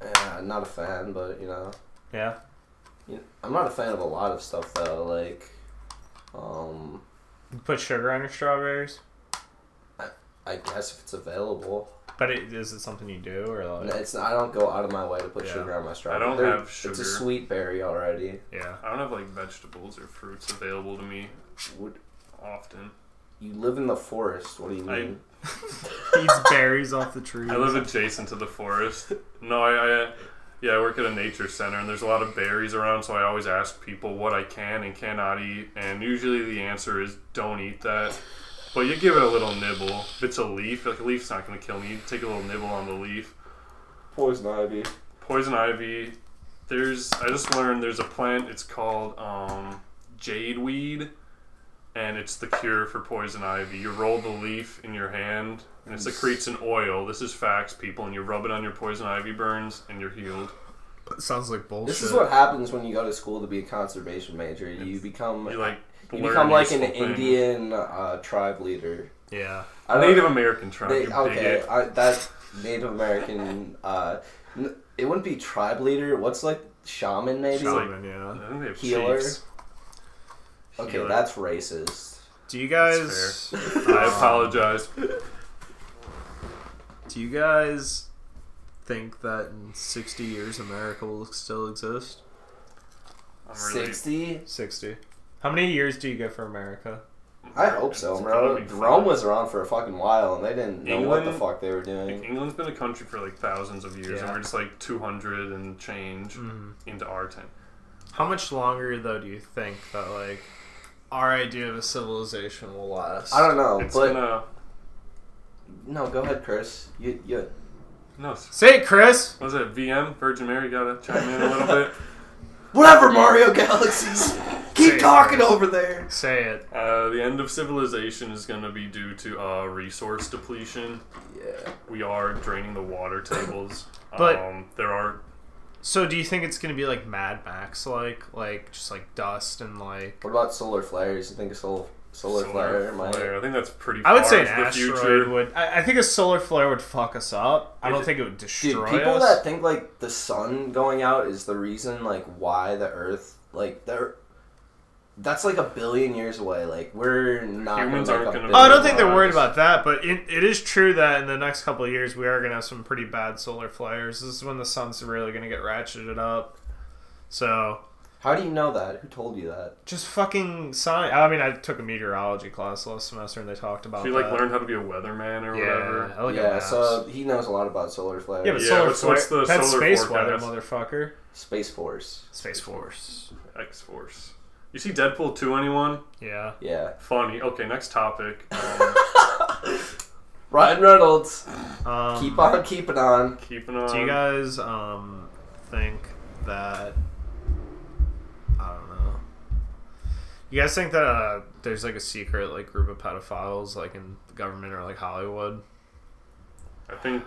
Speaker 3: Yeah, Uh, not a fan, but you know,
Speaker 1: Yeah.
Speaker 3: you- I'm not a fan of a lot of stuff though. Like, um,
Speaker 1: You put sugar on your strawberries?
Speaker 3: I guess if it's available,
Speaker 1: But it, is it something you do or like?
Speaker 3: it's. I don't go out of my way to put
Speaker 1: Yeah.
Speaker 3: sugar on my strawberry.
Speaker 2: don't
Speaker 3: They're-
Speaker 2: have
Speaker 3: It's
Speaker 2: sugar.
Speaker 3: a sweet berry already.
Speaker 1: Yeah.
Speaker 2: I don't have like vegetables or fruits available to me
Speaker 3: Would
Speaker 2: often.
Speaker 3: you live in the forest? What do you
Speaker 2: I-
Speaker 3: mean?
Speaker 1: Eats berries off the trees.
Speaker 2: I live adjacent to the forest. No, I, I yeah, I work at a nature center, and there's a lot of berries around, so I always ask people what I can and cannot eat, and usually the answer is don't eat that. But you give it a little nibble. If it's a leaf, like a leaf's not going to kill me. You take a little nibble on the leaf.
Speaker 3: Poison ivy.
Speaker 2: Poison ivy. There's I just learned there's a plant. It's called um, jade weed, and it's the cure for poison ivy. You roll the leaf in your hand, and it secretes an oil. This is facts, people. And you rub it on your poison ivy burns, and you're healed.
Speaker 1: Sounds like bullshit.
Speaker 3: This is what happens when you go to school to be a conservation major. You become
Speaker 2: You like
Speaker 3: You
Speaker 2: learn
Speaker 3: become like an
Speaker 2: useful things.
Speaker 3: Indian uh, tribe leader.
Speaker 1: Yeah.
Speaker 3: I don't,
Speaker 2: Native American tribe.
Speaker 3: they,
Speaker 2: you
Speaker 3: okay,
Speaker 2: bigot.
Speaker 3: I, that Native American. Uh, n- it wouldn't be tribe leader. What's like shaman maybe?
Speaker 1: Shaman, yeah.
Speaker 2: I think they have
Speaker 3: Healer.
Speaker 2: chiefs.
Speaker 3: okay,
Speaker 2: Healer.
Speaker 3: that's racist.
Speaker 1: Do you
Speaker 2: That's
Speaker 1: guys um,
Speaker 2: I apologize.
Speaker 1: do you guys think that in sixty years America will still exist?
Speaker 2: I'm really.
Speaker 3: Sixty.
Speaker 1: Sixty. How many years do you get for America?
Speaker 3: I hope so,
Speaker 2: It's
Speaker 3: bro.
Speaker 2: gotta be
Speaker 3: Rome
Speaker 2: fun.
Speaker 3: was around for a fucking while, and they didn't know what the
Speaker 2: England-
Speaker 3: fuck they were
Speaker 2: Like,
Speaker 3: doing.
Speaker 2: England's been a country for like thousands of years,
Speaker 1: Yeah.
Speaker 2: and we're just like 200 and change
Speaker 3: Mm.
Speaker 1: Mm-hmm.
Speaker 2: into our time.
Speaker 1: How much longer though do you think that like our idea of a civilization will last?
Speaker 3: I don't know,
Speaker 2: It's
Speaker 3: Oh, but
Speaker 2: gonna
Speaker 3: no. Go ahead, Chris. You, you.
Speaker 2: no. s-
Speaker 1: Say it, Chris.
Speaker 2: What was it VM? Virgin Mary gotta chime in a little bit.
Speaker 3: Whatever, Mario Galaxies. Keep
Speaker 1: Say it,
Speaker 3: talking
Speaker 1: Chris.
Speaker 3: over there.
Speaker 1: Say it.
Speaker 2: Uh, the end of civilization is gonna be due to uh, resource depletion.
Speaker 3: Yeah.
Speaker 2: We are draining the water tables.
Speaker 1: But-
Speaker 2: um, there are
Speaker 1: So do you think it's gonna be like Mad Max like like just like dust and like
Speaker 3: What about solar flares? You think a solar solar, flare might?
Speaker 2: I think that's pretty.
Speaker 1: I would
Speaker 2: far
Speaker 1: say an
Speaker 2: into the
Speaker 1: asteroid
Speaker 2: future.
Speaker 1: would. I, I think a solar flare would fuck us up. I
Speaker 2: Is
Speaker 1: don't
Speaker 2: it-
Speaker 1: think it would destroy
Speaker 3: Dude, people
Speaker 1: us.
Speaker 3: that think like the sun going out is the reason like why the Earth like the Ear- that's like a billion years away. Like we're not gonna
Speaker 2: Humans
Speaker 3: make
Speaker 2: aren't
Speaker 3: a
Speaker 2: gonna-
Speaker 3: billion
Speaker 1: Oh, I don't think they're
Speaker 2: Otherwise-
Speaker 1: worried about that, but it, it is true that in the next couple of years we are going to have some pretty bad solar flares. This is when the sun's really going to get ratcheted up. So
Speaker 3: How do you know that? Who told you that?
Speaker 1: Just fucking sign. I mean, I took a meteorology class last semester and they talked about.
Speaker 2: She like
Speaker 1: that.
Speaker 2: learned how to be a weatherman or
Speaker 1: Yeah,
Speaker 2: whatever.
Speaker 1: I look at
Speaker 3: yeah,
Speaker 1: maps.
Speaker 3: so he knows a lot about solar flares.
Speaker 1: yeah, but
Speaker 2: Yeah,
Speaker 1: solar
Speaker 2: what's- what's
Speaker 1: flare-
Speaker 2: the
Speaker 1: That's
Speaker 2: solar
Speaker 1: space
Speaker 2: forecast?
Speaker 1: weather, motherfucker.
Speaker 3: Space Force.
Speaker 1: Space Force.
Speaker 2: X Force. You see Deadpool 2, anyone?
Speaker 1: Yeah.
Speaker 3: Yeah.
Speaker 2: Funny. Okay, next topic. Um,
Speaker 3: Ryan Oh Reynolds.
Speaker 1: Um,
Speaker 3: Keep on keeping on.
Speaker 2: keeping on.
Speaker 1: Do you guys um think that I don't know? You guys think that uh, there's like a secret like group of pedophiles like in the government or like Hollywood?
Speaker 2: I think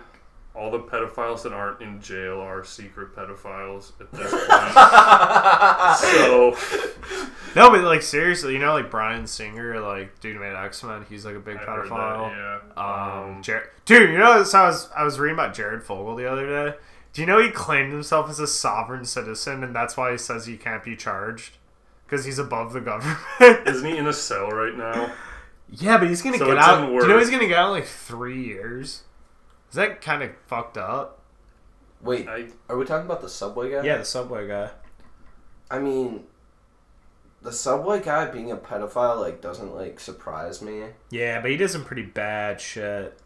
Speaker 2: all the pedophiles that aren't in jail are secret pedophiles at this point. so,
Speaker 1: No, but like seriously, you know, like Brian Singer, like dude who made X Men, he's like a big
Speaker 2: I heard
Speaker 1: pedophile.
Speaker 2: that, yeah.
Speaker 1: Um, Jer- dude, you know, so I was I was reading about Jared Fogle the other day. Do you know he claimed himself as a sovereign citizen, and that's why he says he can't be charged because he's above the government.
Speaker 2: isn't he in a cell right now?
Speaker 1: Yeah, but he's gonna
Speaker 2: So
Speaker 1: get
Speaker 2: it's
Speaker 1: out.
Speaker 2: in
Speaker 1: Do you know
Speaker 2: Word.
Speaker 1: he's gonna get out in like three years? Is that kind of fucked up?
Speaker 3: Wait,
Speaker 2: I,
Speaker 3: are we talking about the subway guy?
Speaker 1: the subway guy.
Speaker 3: I mean, the subway guy being a pedophile like doesn't like surprise me.
Speaker 1: Yeah, but he did some pretty bad shit.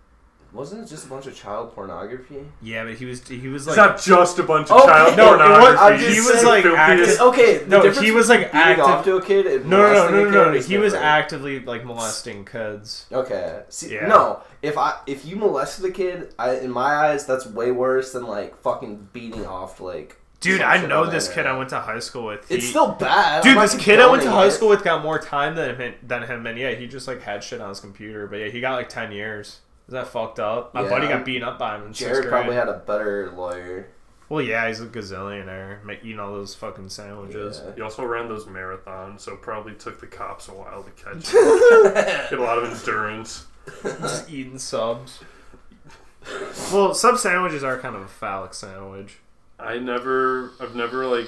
Speaker 3: Wasn't it just a bunch of child pornography?
Speaker 1: Yeah, but he was he was
Speaker 2: it's
Speaker 1: like
Speaker 2: not just a bunch of
Speaker 3: Okay,
Speaker 2: child
Speaker 3: no, it
Speaker 1: was-
Speaker 2: pornography.
Speaker 3: I'm just Oh. He was, saying-
Speaker 1: like,
Speaker 2: filthiest-
Speaker 1: active-
Speaker 3: Okay, the
Speaker 1: No,
Speaker 3: difference
Speaker 1: he was, like,
Speaker 3: between beating
Speaker 1: active-
Speaker 3: off to a kid and
Speaker 1: no no no
Speaker 3: molesting a
Speaker 1: no
Speaker 3: kid
Speaker 1: no. no.
Speaker 3: is
Speaker 1: He was
Speaker 3: different.
Speaker 1: actively like molesting kids.
Speaker 3: Okay. See,
Speaker 1: Yeah.
Speaker 3: No, if I if you molested a kid, I, in my eyes, that's way worse than like fucking beating off like.
Speaker 1: Dude,
Speaker 3: some
Speaker 1: I
Speaker 3: shit
Speaker 1: know
Speaker 3: on
Speaker 1: this
Speaker 3: the
Speaker 1: kid I
Speaker 3: internet.
Speaker 1: went to high school with.
Speaker 3: It's
Speaker 1: He-
Speaker 3: still bad. I'm
Speaker 1: Dude,
Speaker 3: not
Speaker 1: this kid I went to
Speaker 3: condoning
Speaker 1: high
Speaker 3: it.
Speaker 1: school with got more time than him, than him, and yeah, he just like had shit on his computer. But yeah, he got like ten years. Is that fucked up? My
Speaker 3: Yeah.
Speaker 1: buddy got beaten up by him. In sixth
Speaker 3: Jared
Speaker 1: grade.
Speaker 3: probably had a better lawyer.
Speaker 1: Well, yeah, he's a gazillionaire, ma- eating all those fucking sandwiches.
Speaker 3: Yeah.
Speaker 2: He also ran those marathons, so it probably took the cops a while to catch him. Get a lot of endurance.
Speaker 1: Just eating subs. well, sub sandwiches are kind of a phallic sandwich.
Speaker 2: I never, I've never like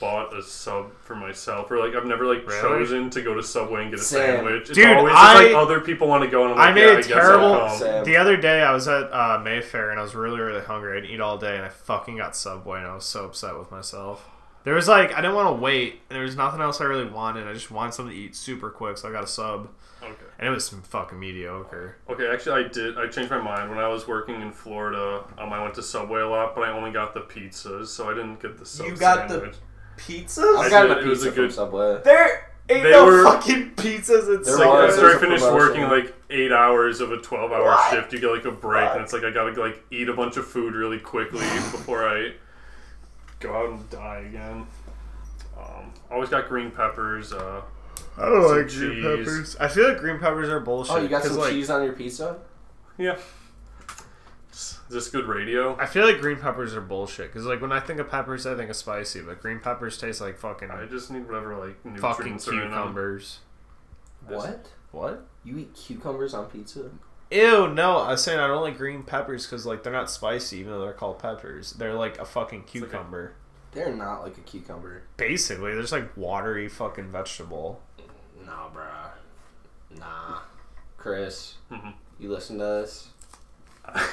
Speaker 2: bought a sub for myself, or like I've never like
Speaker 1: Really?
Speaker 2: chosen to go to Subway and get a
Speaker 3: Same.
Speaker 2: sandwich. It's
Speaker 1: Dude,
Speaker 2: always just,
Speaker 1: I-
Speaker 2: like other people want to go, and I'm
Speaker 1: I
Speaker 2: like,
Speaker 1: made
Speaker 2: yeah,
Speaker 1: a
Speaker 2: I guess
Speaker 1: terrible-
Speaker 2: I'll come.
Speaker 3: Same.
Speaker 1: The other day, I was at uh, Mayfair and I was really, really hungry. I didn't eat all day, and I fucking got Subway, and I was so upset with myself. There was like, I didn't want to wait, and there was nothing else I really wanted. I just wanted something to eat super quick, so I got a sub,
Speaker 2: Okay.
Speaker 1: and it was some fucking mediocre.
Speaker 2: Okay, actually, I did. I changed my mind when I was working in Florida. Um, I went to Subway a lot, but I only got the pizzas, so I didn't get the sub
Speaker 4: You got the-
Speaker 2: sandwich.
Speaker 3: I've
Speaker 2: I
Speaker 4: Pizzas?
Speaker 3: gotten
Speaker 2: did-
Speaker 3: a
Speaker 2: it was
Speaker 3: pizza
Speaker 2: a good-
Speaker 3: from Subway.
Speaker 4: There ain't
Speaker 2: They
Speaker 4: no
Speaker 2: were-
Speaker 4: fucking pizzas in
Speaker 3: There
Speaker 2: It's like
Speaker 3: was-
Speaker 2: after
Speaker 4: Subway.
Speaker 3: there's
Speaker 2: I
Speaker 3: a
Speaker 2: finish
Speaker 3: promotion.
Speaker 2: working like eight hours of a twelve-hour
Speaker 4: What?
Speaker 2: shift, you get like a break, and it's like I gotta like eat a bunch of food really quickly before I go out and die again. Um, always got green peppers. Uh,
Speaker 1: I don't
Speaker 2: like green peppers.
Speaker 1: I feel like green peppers are bullshit.
Speaker 3: Oh, you got
Speaker 1: 'cause,
Speaker 3: some
Speaker 1: like,
Speaker 3: cheese on your pizza?
Speaker 2: yeah, is this good radio?
Speaker 1: I feel like green peppers are bullshit because like when I think of peppers, I think of spicy, but green peppers taste like fucking
Speaker 2: I just need whatever like
Speaker 1: fucking
Speaker 2: nutrients are in them.
Speaker 1: cucumbers.
Speaker 3: What?
Speaker 1: What?
Speaker 3: You eat cucumbers on pizza?
Speaker 1: Ew, no. I was saying I don't like green peppers because like they're not spicy, even though they're called peppers. They're like a fucking
Speaker 2: like a-
Speaker 1: cucumber.
Speaker 3: They're not like a cucumber.
Speaker 1: Basically, they're just like watery fucking vegetable.
Speaker 3: Nah, bruh. Nah. Chris,
Speaker 1: Mm-hmm.
Speaker 2: Mhm.
Speaker 3: you listen to this?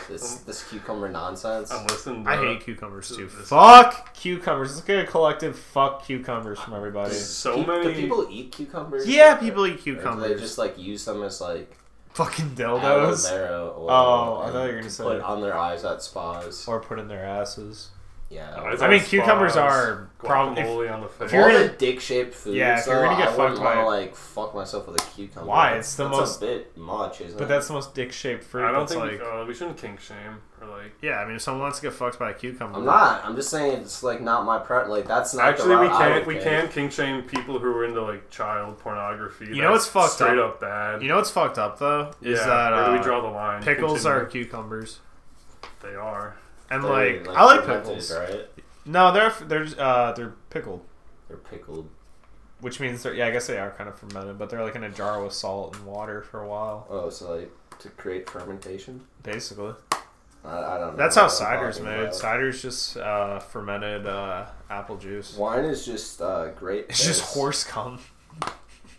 Speaker 3: This this cucumber nonsense.
Speaker 1: Oh.
Speaker 2: I'm listening. To,
Speaker 1: I hate cucumbers too.
Speaker 2: this-
Speaker 1: Fuck cucumbers. Let's get a collective fuck cucumbers from everybody.
Speaker 2: so
Speaker 3: Pe- Do
Speaker 2: many.
Speaker 3: people eat cucumbers?
Speaker 1: Yeah, people eat
Speaker 3: Or do they
Speaker 1: cucumbers.
Speaker 3: just like use them as like
Speaker 1: fucking
Speaker 3: aloe
Speaker 1: dildos
Speaker 3: vera oil?
Speaker 1: Oh, I
Speaker 3: and
Speaker 1: thought you were gonna
Speaker 3: to
Speaker 1: say-
Speaker 3: put on their eyes at spas.
Speaker 1: or put in their asses.
Speaker 3: Yeah.
Speaker 2: I
Speaker 1: I mean, cucumbers are probably.
Speaker 2: guacamole on the face.
Speaker 1: if you're
Speaker 3: All
Speaker 1: gonna-
Speaker 3: the dick-shaped foods.
Speaker 1: Yeah, if you're gonna
Speaker 3: though,
Speaker 1: get
Speaker 3: I wouldn't
Speaker 1: fucked by
Speaker 3: wanna,
Speaker 1: it-
Speaker 3: like fuck myself with a cucumber.
Speaker 1: Why? It's the
Speaker 3: That's
Speaker 1: most-
Speaker 3: a bit much, isn't it?
Speaker 1: But that's the most dick shaped fruit.
Speaker 2: I don't
Speaker 1: that's
Speaker 2: think
Speaker 1: like.
Speaker 2: uh, we shouldn't kink shame or like.
Speaker 1: yeah, I mean, if someone wants to get fucked by a cucumber,
Speaker 3: I'm not. I'm just saying it's like not my pre. Like that's not.
Speaker 2: Actually,
Speaker 3: the
Speaker 2: we
Speaker 3: route I
Speaker 2: can't
Speaker 3: would
Speaker 2: we
Speaker 3: take.
Speaker 2: can't kink shame people who are into like child pornography.
Speaker 1: You know
Speaker 2: That's
Speaker 1: what's fucked
Speaker 2: straight
Speaker 1: up?
Speaker 2: up bad.
Speaker 1: You know what's fucked up though
Speaker 2: yeah,
Speaker 1: is that
Speaker 2: where do
Speaker 1: uh,
Speaker 2: we draw the line?
Speaker 1: pickles
Speaker 2: Kink
Speaker 1: are
Speaker 2: shame-
Speaker 1: cucumbers,
Speaker 2: they are.
Speaker 1: and
Speaker 3: They're,
Speaker 1: like, I like
Speaker 3: fermented,
Speaker 1: pickles.
Speaker 3: Right?
Speaker 1: No, they're they're uh, they're pickled,
Speaker 3: They're pickled.
Speaker 1: which means they're yeah. I guess they are kind of fermented, but they're like in a jar with salt and water for a while,
Speaker 3: Oh, so like to create fermentation.
Speaker 1: basically.
Speaker 3: I, I don't. know.
Speaker 1: That's how
Speaker 3: what I'm
Speaker 1: cider's
Speaker 3: talking
Speaker 1: made.
Speaker 3: about.
Speaker 1: Cider's just uh, fermented uh, apple juice.
Speaker 3: Wine is just uh, grape.
Speaker 1: It's just
Speaker 3: piss.
Speaker 1: horse cum.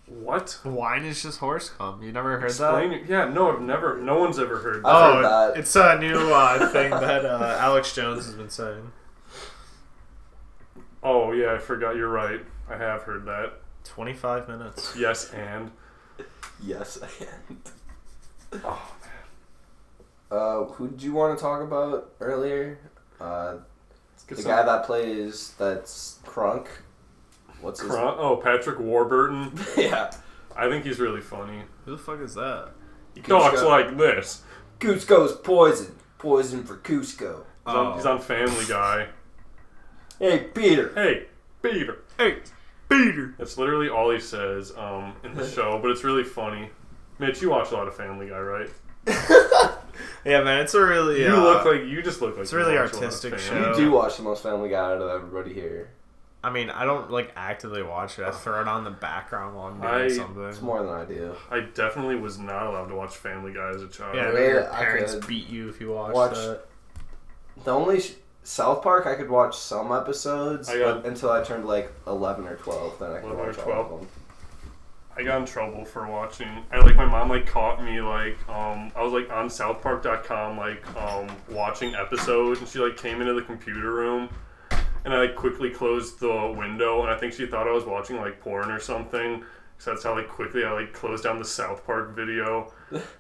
Speaker 2: What?
Speaker 1: Wine is just horse cum. You never heard that?
Speaker 2: Explain. Yeah, no, I've never. No one's ever heard. that.
Speaker 3: I've heard
Speaker 1: Oh,
Speaker 3: that.
Speaker 1: it's a new uh, thing that uh, Alex Jones has been saying.
Speaker 2: Oh yeah, I forgot. You're right. I I have heard that.
Speaker 1: 25 minutes.
Speaker 2: Yes, and
Speaker 3: Yes, and. Oh, man. Uh, who did you want to talk about earlier? Uh, the
Speaker 2: Get
Speaker 3: guy
Speaker 2: some-
Speaker 3: that plays that's Crunk. What's his
Speaker 2: Cron- oh Patrick Warburton.
Speaker 3: Yeah.
Speaker 2: I think he's really funny.
Speaker 1: Who the fuck is that?
Speaker 2: He talks
Speaker 3: Cusco.
Speaker 2: like this.
Speaker 3: Cusco's poison. Poison for Cusco.
Speaker 2: He's, on, he's on Family Guy.
Speaker 3: Hey, Peter.
Speaker 2: Hey, Peter.
Speaker 1: Hey, Peter.
Speaker 2: That's literally all he says um, in the show, but it's really funny. Mitch, you watch a lot of Family Guy, right?
Speaker 1: Yeah, man, it's a really.
Speaker 2: You
Speaker 1: uh,
Speaker 2: look like you just look like
Speaker 1: it's
Speaker 2: you
Speaker 1: really
Speaker 2: watch a lot of
Speaker 1: artistic
Speaker 2: Family
Speaker 1: show.
Speaker 2: Guy.
Speaker 3: You do watch the most Family Guy out of everybody here.
Speaker 1: I mean, I don't like actively watch it. I throw it on the background while I'm doing
Speaker 2: I-
Speaker 3: It's
Speaker 1: something.
Speaker 3: more than I do.
Speaker 2: I definitely was not allowed to watch Family Guy as a child.
Speaker 1: Yeah,
Speaker 3: Yeah,
Speaker 1: your
Speaker 3: I
Speaker 1: parents
Speaker 3: could
Speaker 1: beat you if you watched
Speaker 3: watch-
Speaker 1: that.
Speaker 3: The only sh- South Park I could watch some episodes
Speaker 2: I got-
Speaker 3: but until I turned like eleven or twelve. Then I could
Speaker 2: 11 or
Speaker 3: watch all of
Speaker 2: 12.
Speaker 3: them.
Speaker 2: I got in trouble for watching. I like my mom like caught me like um I was like on southpark.com like um watching episodes and she like came into the computer room and I like quickly closed the window and I think she thought I was watching like porn or something. So that's how like quickly I like closed down the South Park video.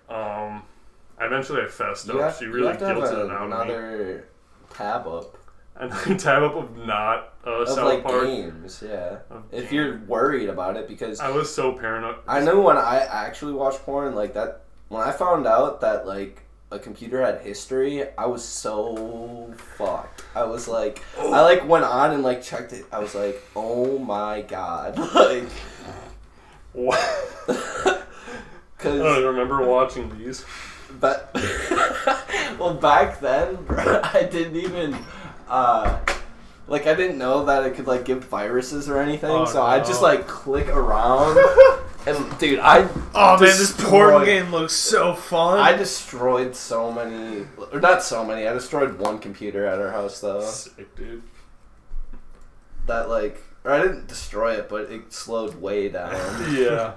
Speaker 2: Um eventually I fessed
Speaker 3: You
Speaker 2: up.
Speaker 3: have,
Speaker 2: she
Speaker 3: you
Speaker 2: really
Speaker 3: have to have
Speaker 2: guilted
Speaker 3: a-
Speaker 2: it out of me.
Speaker 3: another tab up
Speaker 2: And I tab up of not uh,
Speaker 3: of
Speaker 2: South
Speaker 3: like
Speaker 2: Park.
Speaker 3: games. Yeah,
Speaker 2: Of
Speaker 3: if
Speaker 2: games.
Speaker 3: you're worried about it because
Speaker 2: I was so paranoid.
Speaker 3: I know when I actually watched porn, like that, when I found out that like a computer had history, I was so fucked. I was like, I like went on and like checked it. I was like, oh my god, like,
Speaker 2: I don't
Speaker 3: cause
Speaker 2: even remember watching these.
Speaker 3: but well back then, bro, I didn't even. uh like I didn't know that it could like give viruses or anything,
Speaker 1: Oh,
Speaker 3: so I just
Speaker 1: no.
Speaker 3: like click around, and dude, I
Speaker 1: Oh man, this porn
Speaker 3: destroyed-
Speaker 1: game looks so fun.
Speaker 3: I destroyed so many, or not so many. I destroyed one computer at our house though.
Speaker 2: Sick, dude.
Speaker 3: That like, or I didn't destroy it, but it slowed way down,
Speaker 2: Yeah.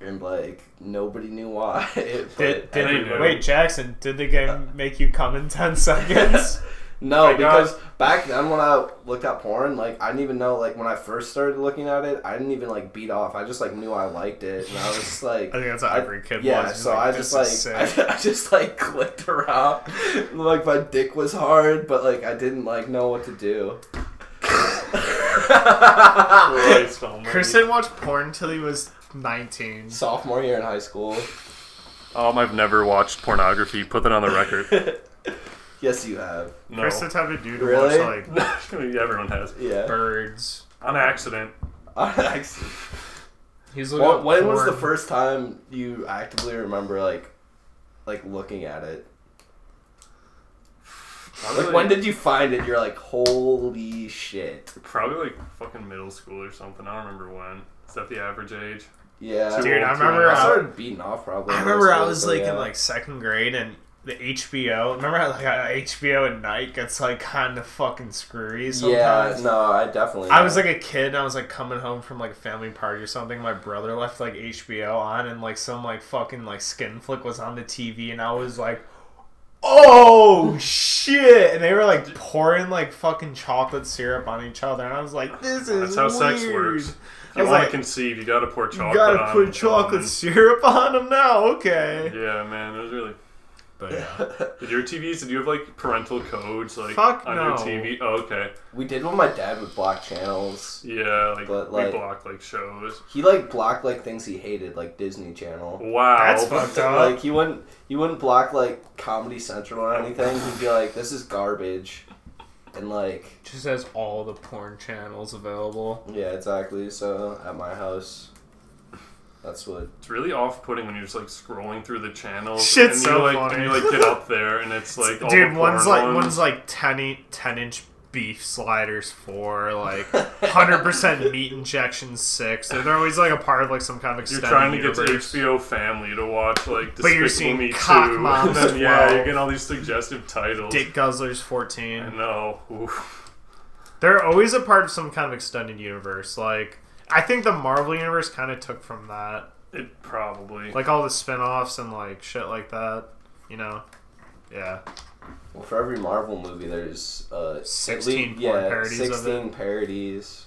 Speaker 3: and like nobody knew why. But
Speaker 1: did, did
Speaker 2: I know.
Speaker 1: wait, Jackson? Did the game
Speaker 3: Uh,
Speaker 1: make you come in ten seconds?
Speaker 3: no,
Speaker 2: I got-
Speaker 3: because back then when I looked at porn, like I didn't even know. Like when I first started looking at it, I didn't even like beat off. I just like knew I liked it, and I was just, like.
Speaker 1: I think that's how every kid
Speaker 3: yeah,
Speaker 1: was. He's
Speaker 3: so
Speaker 1: like,
Speaker 3: I
Speaker 1: "This
Speaker 3: just
Speaker 1: is
Speaker 3: like
Speaker 1: sick."
Speaker 3: I, just like clicked around, like my dick was hard, but like I didn't like know what to do.
Speaker 2: Christ almighty.
Speaker 1: Chris didn't watch porn till he was nineteen.
Speaker 3: sophomore year in high school.
Speaker 2: Um, I've never watched pornography. Put that on the record.
Speaker 3: Yes, you have.
Speaker 2: No.
Speaker 1: Chris the type of dude who
Speaker 3: Really?
Speaker 1: watch like
Speaker 2: Everyone has.
Speaker 3: Yeah.
Speaker 1: birds.
Speaker 2: On accident.
Speaker 1: He's looking
Speaker 3: Well,
Speaker 1: at
Speaker 3: when was the
Speaker 1: porn.
Speaker 3: first time you actively remember like, like looking at it?
Speaker 2: Probably,
Speaker 3: Like, when did you find it? You're like, holy shit.
Speaker 2: Probably like fucking middle school or something. I don't remember when. Is that the average age?
Speaker 3: Yeah.
Speaker 1: Dude, I
Speaker 2: old to
Speaker 1: remember
Speaker 3: I
Speaker 1: how-
Speaker 3: started beating off probably.
Speaker 1: I
Speaker 3: in
Speaker 1: remember
Speaker 3: high
Speaker 1: I
Speaker 3: school,
Speaker 1: was
Speaker 3: so
Speaker 1: like
Speaker 3: yeah.
Speaker 1: in like second grade and the HBO. Remember how like uh, HBO at night gets like kind of fucking screwy
Speaker 3: Yeah.
Speaker 1: sometimes.
Speaker 3: No, I definitely.
Speaker 1: I was like a kid and I was like coming home from like a family party or something. My brother left like HBO on and like some like fucking like skin flick was on the TV and I was like, oh shit! And they were like pouring like fucking chocolate syrup on each other and I was like, this is
Speaker 2: That's how sex
Speaker 1: weird.
Speaker 2: works. If
Speaker 1: I
Speaker 2: you
Speaker 1: was
Speaker 2: want
Speaker 1: like,
Speaker 2: to conceive, you gotta pour
Speaker 1: You
Speaker 2: chocolate.
Speaker 1: gotta
Speaker 2: on
Speaker 1: put
Speaker 2: them.
Speaker 1: chocolate syrup on them now, okay?
Speaker 2: Yeah, man. It was really.
Speaker 1: But yeah.
Speaker 2: Did your TVs? Did you have like parental codes like
Speaker 1: Fuck
Speaker 2: on
Speaker 1: no.
Speaker 2: your TV? Oh, okay.
Speaker 3: we did when my dad would block channels.
Speaker 2: Yeah, like,
Speaker 3: But,
Speaker 2: we
Speaker 3: like-
Speaker 2: block like shows.
Speaker 3: He like blocked like things he hated, like Disney Channel.
Speaker 2: Wow.
Speaker 1: That's fucked up.
Speaker 3: Like he wouldn't he wouldn't block like Comedy Central or anything. He'd be like, "This is garbage," and like,
Speaker 1: just has all the porn channels available.
Speaker 3: yeah, exactly. So at my house, that's what.
Speaker 2: It's really off-putting when you're just like scrolling through the channels.
Speaker 1: Shit's
Speaker 2: and
Speaker 1: so
Speaker 2: you, like,
Speaker 1: funny.
Speaker 2: And you like get up there, and it's like all
Speaker 1: Dude,
Speaker 2: the
Speaker 1: one's
Speaker 2: porn
Speaker 1: like
Speaker 2: ones.
Speaker 1: one's like 10, in- 10 inch beef sliders four, like hundred percent meat injection six. They're, they're always like a part of like some kind of
Speaker 2: You're
Speaker 1: extended
Speaker 2: trying to get to
Speaker 1: universe.
Speaker 2: HBO Family to watch like Despicable
Speaker 1: But you're seeing
Speaker 2: Me
Speaker 1: cock
Speaker 2: 2.
Speaker 1: moms
Speaker 2: and then,
Speaker 1: as
Speaker 2: yeah,
Speaker 1: well.
Speaker 2: you're getting all these suggestive titles.
Speaker 1: Dick Guzzlers
Speaker 2: I
Speaker 1: fourteen.
Speaker 2: know. Oof.
Speaker 1: They're always a part of some kind of extended universe. Like I think the Marvel universe kind of took from that,
Speaker 2: It probably.
Speaker 1: like all the spin-offs and like shit like that. You know, yeah.
Speaker 3: Well, for every Marvel movie, there's uh, at
Speaker 1: 16
Speaker 3: lea-
Speaker 1: porn parodies of
Speaker 3: sixteen parodies.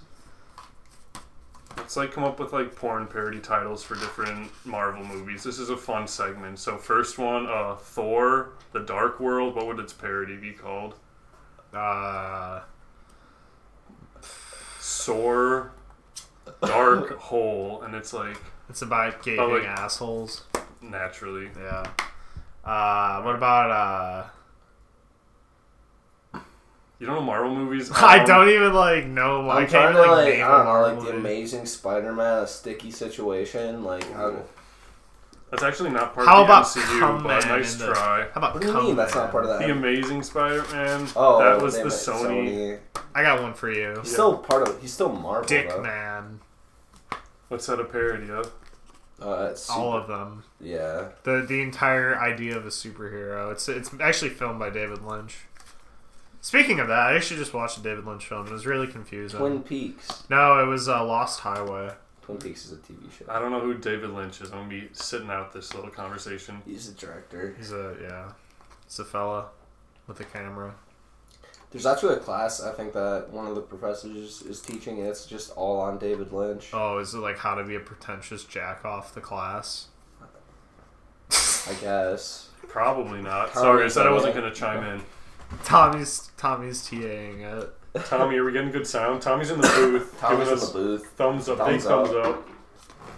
Speaker 2: Let's like come up with like porn parody titles for different Marvel movies. This is a fun segment. So first one, uh, Thor: The Dark World. What would its parody be called?
Speaker 1: Uh,
Speaker 2: Sore Dark Hole, and it's like
Speaker 1: it's about gaping
Speaker 2: Oh, wait.
Speaker 1: assholes.
Speaker 2: naturally.
Speaker 1: Yeah. Uh, what about uh?
Speaker 2: You don't know Marvel movies?
Speaker 1: I
Speaker 2: Um,
Speaker 1: don't even like know. I
Speaker 3: I'm trying
Speaker 1: can't even,
Speaker 3: to
Speaker 1: like,
Speaker 3: like,
Speaker 1: name
Speaker 3: I don't
Speaker 1: a
Speaker 3: know,
Speaker 1: Marvel
Speaker 3: like the
Speaker 1: movie.
Speaker 3: Amazing Spider-Man, a sticky situation. Like, I don't,
Speaker 2: That's actually not part
Speaker 1: e- How
Speaker 2: of the
Speaker 1: about
Speaker 2: MCU,
Speaker 1: Come
Speaker 2: but
Speaker 1: Man
Speaker 2: nice
Speaker 1: in the-
Speaker 2: try.
Speaker 1: How about
Speaker 3: what do you
Speaker 1: Oh, Come
Speaker 3: mean that's not
Speaker 1: Man?
Speaker 3: part of that?
Speaker 2: The Amazing Spider-Man.
Speaker 3: oh,
Speaker 2: that was the
Speaker 3: damn it,
Speaker 2: Sony.
Speaker 1: I got one for you.
Speaker 3: He's still part of. He's still Marvel.
Speaker 1: Dick
Speaker 3: though.
Speaker 1: Man.
Speaker 2: What's that a parody of?
Speaker 3: Uh, it's super-
Speaker 1: All of them.
Speaker 3: yeah.
Speaker 1: The the entire idea of a superhero. It's it's actually filmed by David Lynch. Speaking of that, I actually just watched a David Lynch film. It was really confusing.
Speaker 3: Twin Peaks.
Speaker 1: No, it was uh, Lost Highway.
Speaker 3: Twin Peaks is a TV show.
Speaker 2: I don't know who David Lynch is. I'm gonna be sitting out this little conversation.
Speaker 3: He's a director.
Speaker 1: He's a yeah, it's a fella with a camera.
Speaker 3: There's actually a class I think that one of the professors is teaching. And it's just all on David Lynch.
Speaker 1: Oh, is it like how to be a pretentious jack off the class?
Speaker 3: I guess.
Speaker 2: Probably not.
Speaker 3: Probably
Speaker 2: Sorry, I said I wasn't
Speaker 3: not.
Speaker 2: gonna chime in.
Speaker 1: Tommy's Tommy's TAing it.
Speaker 2: Tommy, are we getting good sound? Tommy's in the booth.
Speaker 3: Tommy's
Speaker 2: giving
Speaker 3: in the
Speaker 2: us
Speaker 3: booth.
Speaker 2: thumbs up. big
Speaker 3: Thumbs up.
Speaker 2: thumbs up.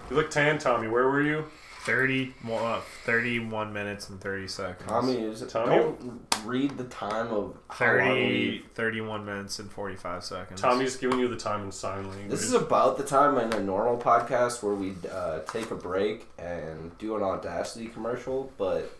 Speaker 2: You look tan, Tommy. Where were you?
Speaker 1: 30, well, uh, 31 minutes and 30 seconds.
Speaker 3: Tommy is.
Speaker 2: Tommy?
Speaker 3: Don't read the time of how long
Speaker 1: 30,
Speaker 3: we-
Speaker 1: 31 minutes and 45 seconds.
Speaker 2: Tommy's giving you the time in sign language.
Speaker 3: This is about the time in a normal podcast where we'd uh, take a break and do an Audacity commercial, but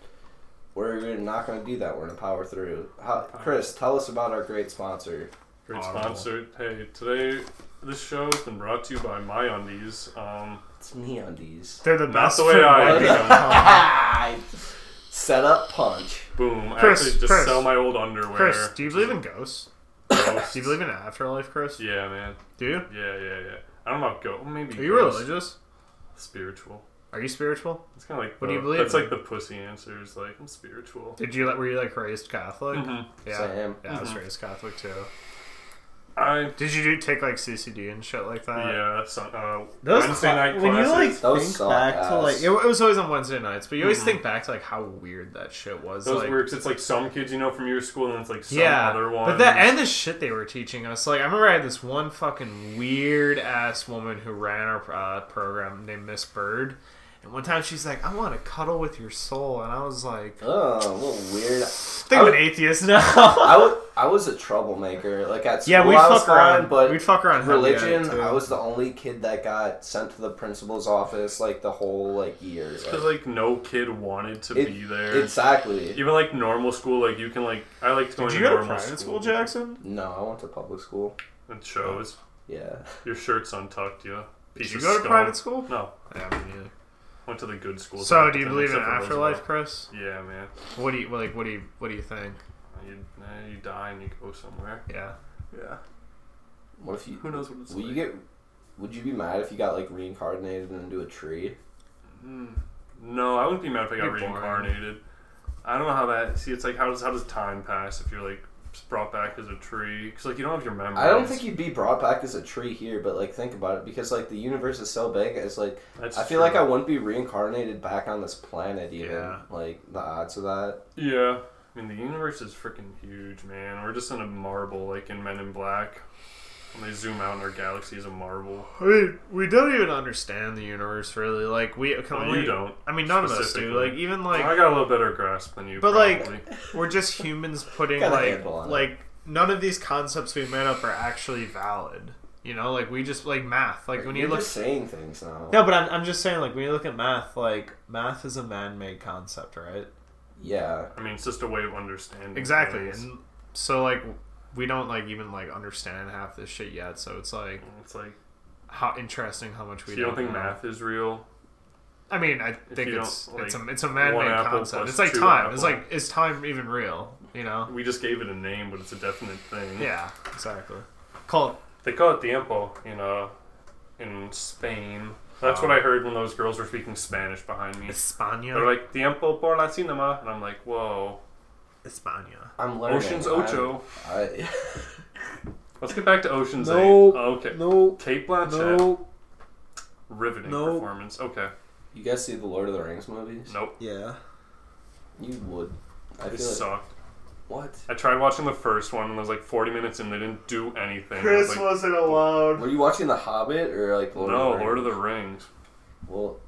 Speaker 3: we're not going to do that. We're going to power through. How, Chris, tell us about our great sponsor.
Speaker 2: Great
Speaker 1: Audible.
Speaker 2: sponsor. Hey, today this show has been brought to you by My Undies. Um,
Speaker 3: It's MeUndies.
Speaker 1: They're the
Speaker 2: Not
Speaker 1: best
Speaker 2: the way
Speaker 1: for
Speaker 2: I
Speaker 1: men.
Speaker 2: do them.
Speaker 3: Ah, Set up punch.
Speaker 2: boom.
Speaker 1: Chris,
Speaker 2: Actually, just
Speaker 1: Chris.
Speaker 2: sell my old underwear.
Speaker 1: Chris, do you believe in ghosts?
Speaker 2: Gross.
Speaker 1: Do you believe in an afterlife, Chris?
Speaker 2: Yeah, man.
Speaker 1: Do you?
Speaker 2: Yeah, yeah, yeah. I don't know. About go. Maybe.
Speaker 1: Are you
Speaker 2: gross.
Speaker 1: religious?
Speaker 2: Spiritual.
Speaker 1: Are you spiritual?
Speaker 2: It's kind of like.
Speaker 1: What do
Speaker 2: the-
Speaker 1: you believe
Speaker 2: That's
Speaker 1: in?
Speaker 2: like the pussy answer. Is like I'm spiritual.
Speaker 1: Did you like? Were you like raised Catholic?
Speaker 2: Mhm.
Speaker 1: Yeah,
Speaker 3: Same.
Speaker 1: yeah, I was
Speaker 2: Mm-hmm.
Speaker 1: raised Catholic too.
Speaker 2: I.
Speaker 1: Did you do take like CCD and shit like that?
Speaker 2: Yeah. So, uh,
Speaker 1: Those
Speaker 2: Wednesday
Speaker 1: cla-
Speaker 2: night
Speaker 1: when you
Speaker 2: classes. Hmm.
Speaker 1: like
Speaker 3: Those
Speaker 1: think
Speaker 3: suck
Speaker 1: back to like
Speaker 3: ass.
Speaker 1: it, it was always on Wednesday nights, but you always think back to like how weird that shit was.
Speaker 2: Those
Speaker 1: like,
Speaker 2: works. It's like some kids you know from your school, and it's like some
Speaker 1: yeah,
Speaker 2: other one.
Speaker 1: but that and the shit they were teaching us. Like I remember I had this one fucking weird ass woman who ran our uh, program named Miss Bird, and one time she's like, "I want to cuddle with your soul," and I was like,
Speaker 3: Oh, what weird.
Speaker 1: "I think I'm an atheist now."
Speaker 3: I wa- I was a troublemaker. Like at school,
Speaker 1: yeah, we'd
Speaker 3: I was
Speaker 1: fuck
Speaker 3: fine,
Speaker 1: around,
Speaker 3: but
Speaker 1: we'd fuck around. heavy at it,
Speaker 3: religion,
Speaker 1: too.
Speaker 3: I was the only kid that got sent to the principal's office like the whole like year.
Speaker 2: because
Speaker 3: Like,
Speaker 2: like no kid wanted to
Speaker 3: It-
Speaker 2: be there.
Speaker 3: exactly.
Speaker 2: Even like normal school, like you can like I like going
Speaker 1: Did
Speaker 2: to
Speaker 1: you go to
Speaker 2: normal
Speaker 1: private school, Jackson?
Speaker 3: No, I went to public school.
Speaker 2: It shows
Speaker 3: Yeah.
Speaker 2: your shirt's untucked, yeah.
Speaker 1: Did
Speaker 2: Piece
Speaker 1: you
Speaker 2: of
Speaker 1: go to
Speaker 2: scum.
Speaker 1: private school?
Speaker 2: No,
Speaker 1: Yeah, me neither.
Speaker 2: went to the good school.
Speaker 1: So, do you believe in an
Speaker 2: Except for
Speaker 1: afterlife, Chris?
Speaker 2: Roosevelt. Yeah, man.
Speaker 1: What do you like? What do you What do you think?
Speaker 2: You, eh, you die and you go somewhere.
Speaker 1: Yeah.
Speaker 2: Yeah.
Speaker 3: What if you?
Speaker 2: Who knows what it's
Speaker 3: Would
Speaker 2: like?
Speaker 3: you get? Would you be mad if you got like reincarnated into a tree?
Speaker 2: Mm. No, I wouldn't be mad if I got
Speaker 1: Be boring.
Speaker 2: reincarnated. I don't know how that. See, it's like how does how does time pass if you're like brought back as a tree? Because like you don't have your memories.
Speaker 3: I don't think you'd be brought back as a tree here, but like think about it because like the universe is so big. It's like
Speaker 2: That's
Speaker 3: I feel
Speaker 2: true.
Speaker 3: like I wouldn't be reincarnated back on this planet even.
Speaker 1: Yeah.
Speaker 3: Like the odds of that.
Speaker 2: Yeah. I mean, the universe is freaking huge, man. We're just in a marble, like in Men in Black. When they zoom out, and our galaxy is a marble.
Speaker 1: I mean, we don't even understand the universe really. Like we can
Speaker 2: No,
Speaker 1: only.
Speaker 2: you don't.
Speaker 1: I mean, none of us do.
Speaker 2: Specifically.
Speaker 1: Like even
Speaker 2: I
Speaker 1: like
Speaker 2: got a little better grasp than you.
Speaker 1: But, like-
Speaker 2: probably.
Speaker 1: we're just humans putting
Speaker 3: Got a
Speaker 1: like
Speaker 3: handle on it.
Speaker 1: like none of these concepts we made up are actually valid. You know, like we just like math. Like when you
Speaker 3: You're
Speaker 1: look.
Speaker 3: just saying things now.
Speaker 1: No, but I'm, I'm just saying, like, when you look at math, like, math is a man made concept, right?
Speaker 3: Yeah.
Speaker 2: I mean, it's just a way of understanding.
Speaker 1: Exactly.
Speaker 2: things.
Speaker 1: And so, like, we don't, like, even, like, understand half this shit yet, so it's, like,
Speaker 2: It's like
Speaker 1: how interesting how much
Speaker 2: so
Speaker 1: we
Speaker 2: you don't think
Speaker 1: know.
Speaker 2: math is real.
Speaker 1: I mean, I think
Speaker 2: you
Speaker 1: it's
Speaker 2: don't,
Speaker 1: it's a
Speaker 2: like,
Speaker 1: it's a
Speaker 2: one
Speaker 1: man-made
Speaker 2: apple
Speaker 1: concept.
Speaker 2: plus
Speaker 1: It's like
Speaker 2: two
Speaker 1: time. It's
Speaker 2: apple.
Speaker 1: like is time even real? You know?
Speaker 2: We just gave it a name, but it's a definite thing.
Speaker 1: Yeah, exactly. Call
Speaker 2: They call it tiempo, you know, uh, in Spain. That's what I heard when those girls were speaking Spanish behind me.
Speaker 1: it España.
Speaker 2: They're like tiempo por la cinema, and I'm like, whoa.
Speaker 1: España.
Speaker 3: I'm learning.
Speaker 2: Ocean's
Speaker 3: I'm-
Speaker 2: Ocho.
Speaker 3: I,
Speaker 2: Let's get back to Ocean's
Speaker 4: No.
Speaker 2: Eight. oh, Okay.
Speaker 4: No.
Speaker 2: Kate Blanchett.
Speaker 4: No.
Speaker 2: riveting
Speaker 5: No.
Speaker 2: performance. Okay.
Speaker 3: You guys see the Lord of the Rings movies?
Speaker 2: Nope.
Speaker 5: Yeah.
Speaker 3: You would. I
Speaker 2: It
Speaker 3: feel like,
Speaker 2: sucked.
Speaker 3: what?
Speaker 2: I tried watching the first one and was like 40 minutes and they didn't do anything. I
Speaker 1: Chris
Speaker 2: was like,
Speaker 1: wasn't allowed.
Speaker 3: Were you watching The Hobbit or like Lord
Speaker 2: no,
Speaker 3: of the Rings?
Speaker 2: Lord of the Rings.
Speaker 3: Well,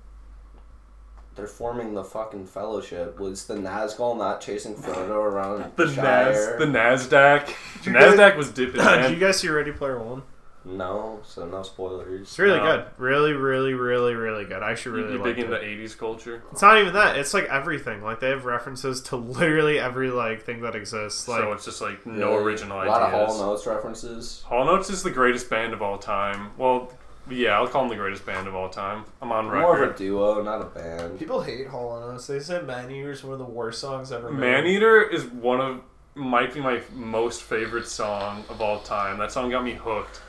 Speaker 3: they're forming the fucking fellowship. Was the Nazgul not chasing Frodo around
Speaker 2: The
Speaker 3: Shire?
Speaker 2: Nas, the Nasdaq.
Speaker 1: you guys-
Speaker 2: Nasdaq was dipping.
Speaker 1: Do
Speaker 2: man.
Speaker 1: you guys see Ready Player One?
Speaker 3: no, so no spoilers.
Speaker 1: It's really
Speaker 2: No.
Speaker 1: good. Really, really, really, really good. I actually really
Speaker 2: you
Speaker 1: like
Speaker 2: big
Speaker 1: it.
Speaker 2: into 80s culture.
Speaker 1: It's not even that. It's like everything. Like they have references to literally every like thing that exists. Like
Speaker 2: so it's just like no
Speaker 3: Really?
Speaker 2: original
Speaker 3: A
Speaker 2: ideas.
Speaker 3: lot of Hall Notes references.
Speaker 2: Hall Notes is the greatest band of all time. Well, yeah, I'll call them the greatest band of all time. I'm on
Speaker 3: More of a
Speaker 2: record.
Speaker 3: duo, not a band.
Speaker 1: people hate Hall on Us. They said Man Eater's one of the worst songs ever.
Speaker 2: Man Eater is one of might be my most favorite song of all time. That song got me hooked.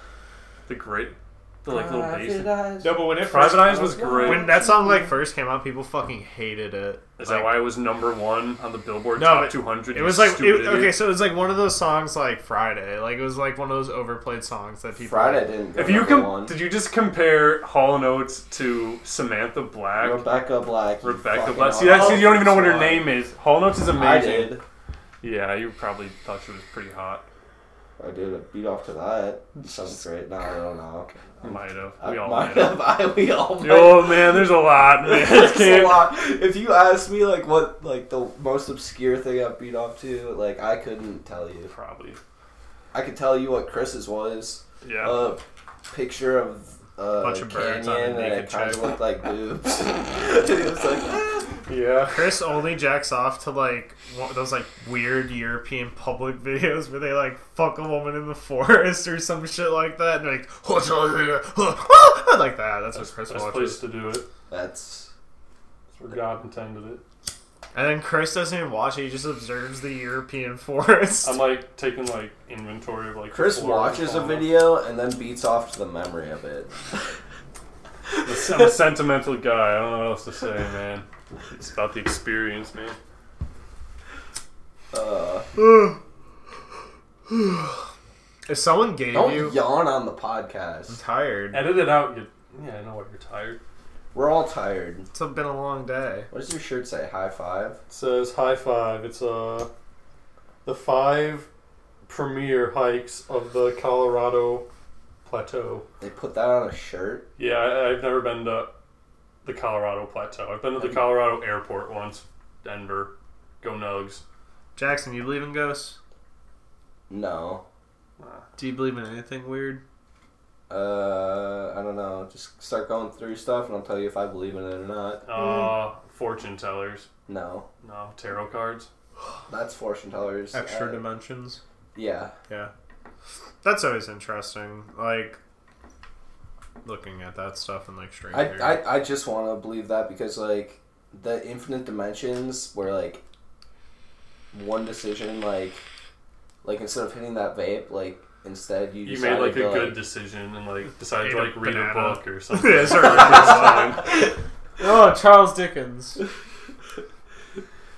Speaker 2: The great, the like
Speaker 3: Ah,
Speaker 2: little bass.
Speaker 1: No, but when it
Speaker 2: Private
Speaker 1: first,
Speaker 2: Eyes was great.
Speaker 1: when that song like first came out, people fucking hated it.
Speaker 2: Is
Speaker 1: Like,
Speaker 2: that why it was number one on the Billboard
Speaker 1: No,
Speaker 2: Top
Speaker 1: but
Speaker 2: 200?
Speaker 1: It
Speaker 2: you
Speaker 1: was like it,
Speaker 2: stupid
Speaker 1: okay,
Speaker 2: idiot?
Speaker 1: so it was like one of those songs like Friday. Like it was like one of those overplayed songs that people
Speaker 3: Friday didn't. Go
Speaker 2: If you
Speaker 3: number
Speaker 2: com-
Speaker 3: one.
Speaker 2: did you just compare Hall Notes to Samantha Black?
Speaker 3: Rebecca Black. you
Speaker 2: Rebecca
Speaker 3: fucking
Speaker 2: Black. See, that's 'cause you don't even know what her
Speaker 3: awesome.
Speaker 2: name is. Hall Notes is amazing.
Speaker 3: I did.
Speaker 2: Yeah, you probably thought she was pretty hot.
Speaker 3: I did a beat off to that. Sounds great. No, I don't know.
Speaker 2: Might have.
Speaker 3: I
Speaker 2: We all
Speaker 3: might
Speaker 2: might have.
Speaker 3: I, we all might
Speaker 2: Oh man, there's a lot, man.
Speaker 3: It's a
Speaker 2: Can't-
Speaker 3: lot. If you asked me like what like the most obscure thing I beat off to, like I couldn't tell you.
Speaker 2: Probably.
Speaker 3: I could tell you what Chris's was.
Speaker 2: Yeah.
Speaker 3: A picture of uh,
Speaker 1: Bunch of birds on a
Speaker 3: canyon, and
Speaker 1: naked
Speaker 3: it kind of
Speaker 1: chick.
Speaker 3: looked like boobs. it was like ah.
Speaker 2: yeah.
Speaker 1: Chris only jacks off to like one, those like weird European public videos where they like fuck a woman in the forest or some shit like that, and they're like like that. That's what Chris
Speaker 2: Best place
Speaker 1: watches.
Speaker 2: to do it. That's
Speaker 3: that's
Speaker 2: where God intended it.
Speaker 1: And then Chris doesn't even watch it; he just observes the European forest.
Speaker 2: I'm like taking like inventory of like. the
Speaker 3: Chris
Speaker 2: floor
Speaker 3: watches a
Speaker 2: and
Speaker 3: video and then beats off to the memory of it.
Speaker 2: stuff. I'm a sentimental guy. I don't know what else to say, man. It's about the experience, man.
Speaker 3: Uh,
Speaker 1: if someone gave
Speaker 3: don't
Speaker 1: you,
Speaker 3: yawn on the
Speaker 1: I'm
Speaker 3: podcast.
Speaker 1: tired.
Speaker 2: Edit it out. You, yeah, I know what you're tired.
Speaker 3: We're all tired.
Speaker 1: It's been a long day.
Speaker 3: What does your shirt say? High five.
Speaker 2: It says high five. It's uh, the five premier hikes of the Colorado Plateau.
Speaker 3: They put that on a shirt.
Speaker 2: Yeah, I, I've never been to the Colorado Plateau. I've been to
Speaker 3: Um,
Speaker 2: the Colorado Airport once, Denver. Go Nugs.
Speaker 1: Jackson, you believe in ghosts?
Speaker 3: No.
Speaker 1: Do you believe in anything weird?
Speaker 3: Uh, I don't know. Just start going through stuff, and I'll tell you if I believe in it or not.
Speaker 2: Uh,
Speaker 1: Mm.
Speaker 2: fortune tellers.
Speaker 3: No,
Speaker 2: No, tarot cards.
Speaker 3: that's fortune tellers.
Speaker 1: Extra
Speaker 3: Uh,
Speaker 1: dimensions.
Speaker 3: yeah.
Speaker 1: Yeah. That's always interesting. Like looking at that stuff in like straight
Speaker 3: I,
Speaker 1: hair.
Speaker 3: I, I just want to believe that because like the infinite dimensions where like one decision like like instead of hitting that vape like instead you,
Speaker 2: You made like
Speaker 3: decided
Speaker 2: a
Speaker 3: to,
Speaker 2: good decision and like decided
Speaker 1: Ate
Speaker 2: to
Speaker 1: a
Speaker 2: like read a
Speaker 1: banana.
Speaker 2: book or something.
Speaker 1: Yeah, sorry, first time. Oh, Charles Dickens.